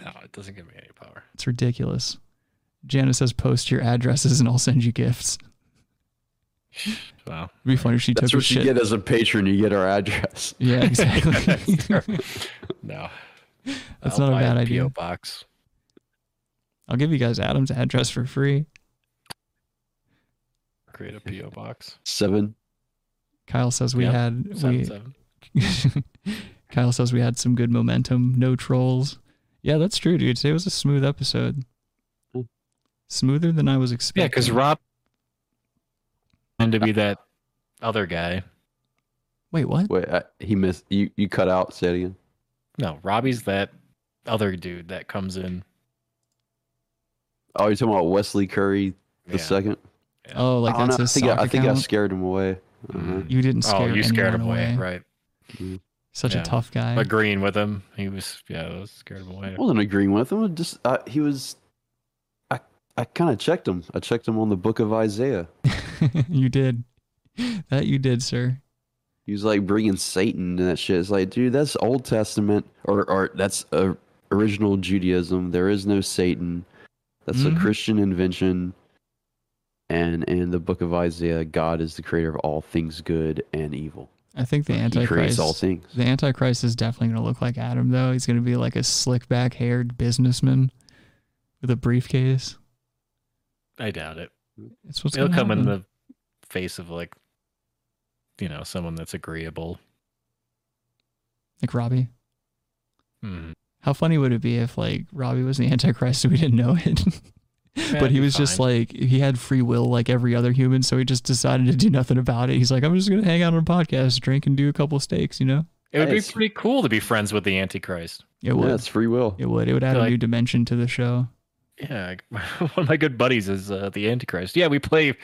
No, it doesn't give me any power. It's ridiculous. Janice says, "Post your addresses and I'll send you gifts." Wow. It'd be funny if she That's took a what you shit. get as a patron. You get our address. yeah, <laughs> exactly. No. That's not I'll a buy bad PO idea. box. I'll give you guys Adam's address for free. Create a PO box. Seven. Kyle says we Yep, had seven, <laughs> we. seven. Kyle says we had some good momentum. No trolls. Yeah, that's true, dude. Today was a smooth episode. Smoother than I was expecting. Yeah, because Rob tend to be that other guy. Wait, what? Wait, I, he missed. You you cut out. Say it again. No, Robbie's that other dude that comes in. Oh, you're talking about Wesley Curry the Yeah. second. Oh, like I don't that's know. I his Mm. think I, sock I think I account? scared him away. Uh-huh. Mm. You didn't oh, scare. you scared him anyone away, right? Such Yeah. a tough guy. Agreeing with him, he was yeah, I was scared him away. I wasn't agreeing with him. I just I, he was. I I kind of checked him. I checked him on the Book of Isaiah. <laughs> you did. That you did, sir. He was like bringing Satan and that shit. It's like, dude, that's Old Testament or or that's uh original Judaism. There is no Satan. That's Mhm. a Christian invention. And in the Book of Isaiah, God is the creator of all things good and evil. I think the He creates Antichrist. all things. The Antichrist is definitely going to look like Adam, though. He's going to be like a slick back haired businessman with a briefcase. I doubt it. It's what's He'll gonna come in happen. the face of like, you know, someone that's agreeable. Like Robbie. Hmm. How funny would it be if like Robbie was the <laughs> Antichrist and we didn't know it? <laughs> but that'd he be was just fine. like he had free will like every other human, so he just decided to do nothing about it. He's like, I'm just gonna hang out on a podcast, drink, and do a couple steaks. You know, It would be Nice. pretty cool to be friends with the Antichrist. it Yeah, would, it's free will. it would, it would add a Like- new dimension to the show. Yeah, <laughs> one of my good buddies is uh, the Antichrist. Yeah, we play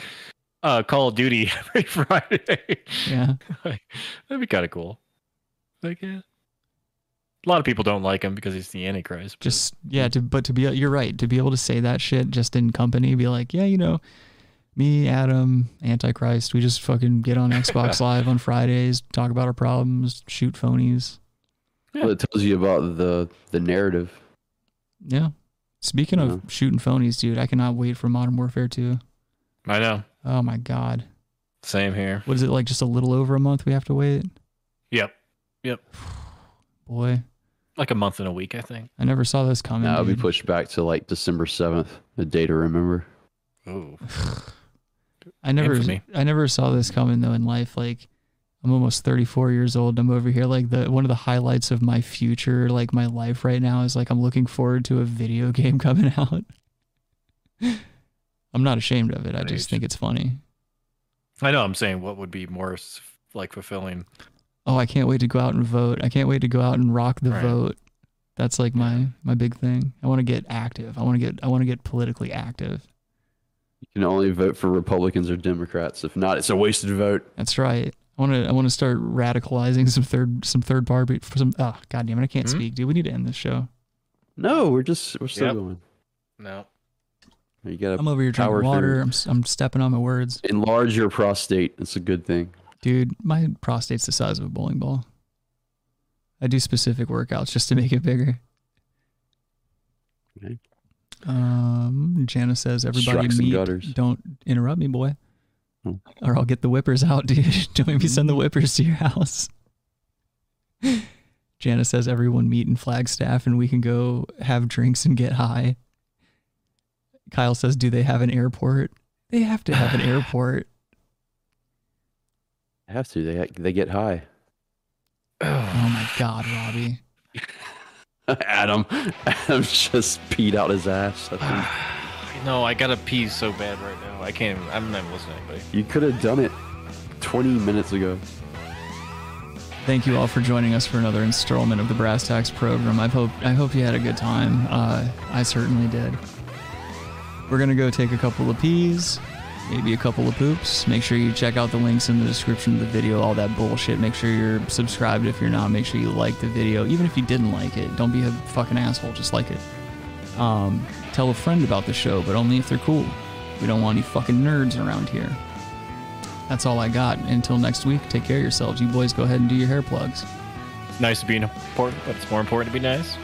uh, Call of Duty <laughs> every Friday. Yeah, Like, that'd be kind of cool. Like, yeah. A lot of people don't like him because he's the Antichrist. but- just yeah. To but to be, you're right. To be able to say that shit just in company, be like, yeah, you know, me, Adam, Antichrist, we just fucking get on <laughs> Xbox Live on Fridays, talk about our problems, shoot phonies. Well, it tells you about the the narrative. Yeah. Speaking Yeah. of shooting phonies, dude, I cannot wait for Modern Warfare 2. I know. Oh my god. Same here. What is it like just a little over a month we have to wait? Yep. Yep. Boy, Like a month and a week, I think. I never saw this coming. Now it'll be dude. pushed back to like December seventh, a day to remember. Ooh. I never infamy. I never saw this coming though in life like I'm almost 34 years old. and I'm over here like the one of the highlights of my future, like my life right now is like I'm looking forward to a video <laughs> game coming out. I'm not ashamed of it. I just think it's funny. I know. I'm saying what would be more s- like fulfilling. oh i can't wait to go out and vote i can't wait to go out and rock the Right. vote that's like my my big thing i want to get active i want to get i want to get politically active You can only vote for Republicans or Democrats. If not, it's a wasted vote. that's right i want to i want to start radicalizing <laughs> some third some third party for some oh god damn it i can't Hmm? speak dude we need to end this show No, we're just we're still Yep. going. No. You gotta i'm over here power drinking through. water I'm, s- I'm stepping on my words Enlarge your prostate. It's a good thing. dude my prostate's the size of a bowling ball I do specific workouts just to make it bigger. Okay. Um, Jana says everybody Structs and meet. gutters. Oh. Don't interrupt me, boy, or I'll get the whippers out, dude. <laughs> don't make me Mm. send the whippers to your house. <laughs> Jana says everyone meet in Flagstaff and we can go have drinks and get high. Kyle says, "Do they have an airport? They have to <sighs> have an airport." They have to. They they get high. <laughs> Oh my God, Robbie. Adam, Adam's just peed out his ass. I think. <sighs> No, I gotta pee so bad right now. I can't. Even, I'm not even listening to anybody. You could have done it 20 minutes ago. Thank you all for joining us for another installment of the Brass Tax program. I hope I hope you had a good time. Uh, I certainly did. We're gonna go take a couple of peas, maybe a couple of poops. Make sure you check out the links in the description of the video. All that bullshit. Make sure you're subscribed if you're not. Make sure you like the video, even if you didn't like it. Don't be a fucking asshole. Just like it. Um, tell a friend about the show, but only if they're cool. We don't want any fucking nerds around here. That's all I got. Until next week, take care of yourselves. You boys go ahead and do your hair plugs. It's nice to be important, but it's more important to be nice.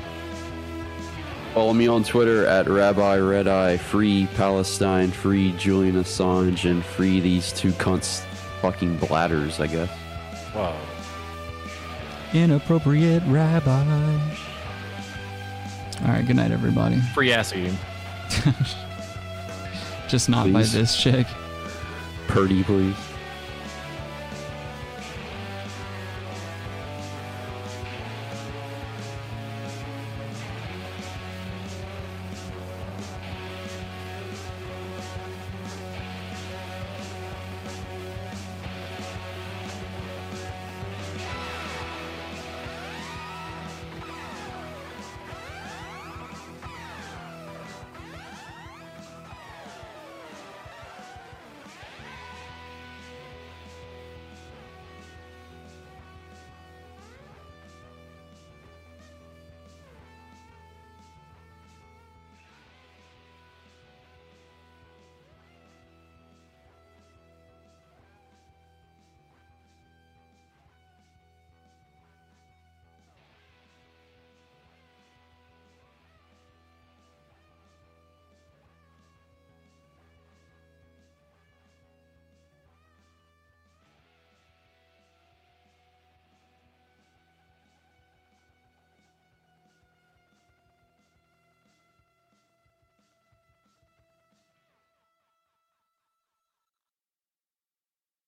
Follow me on Twitter at Rabbi Red Eye, free Palestine, free Julian Assange, and free these two cunts fucking bladders, I guess. Wow. Inappropriate rabbi. All right, good night, everybody. Free ass eating. Just not by Please. this chick. Purdy, please.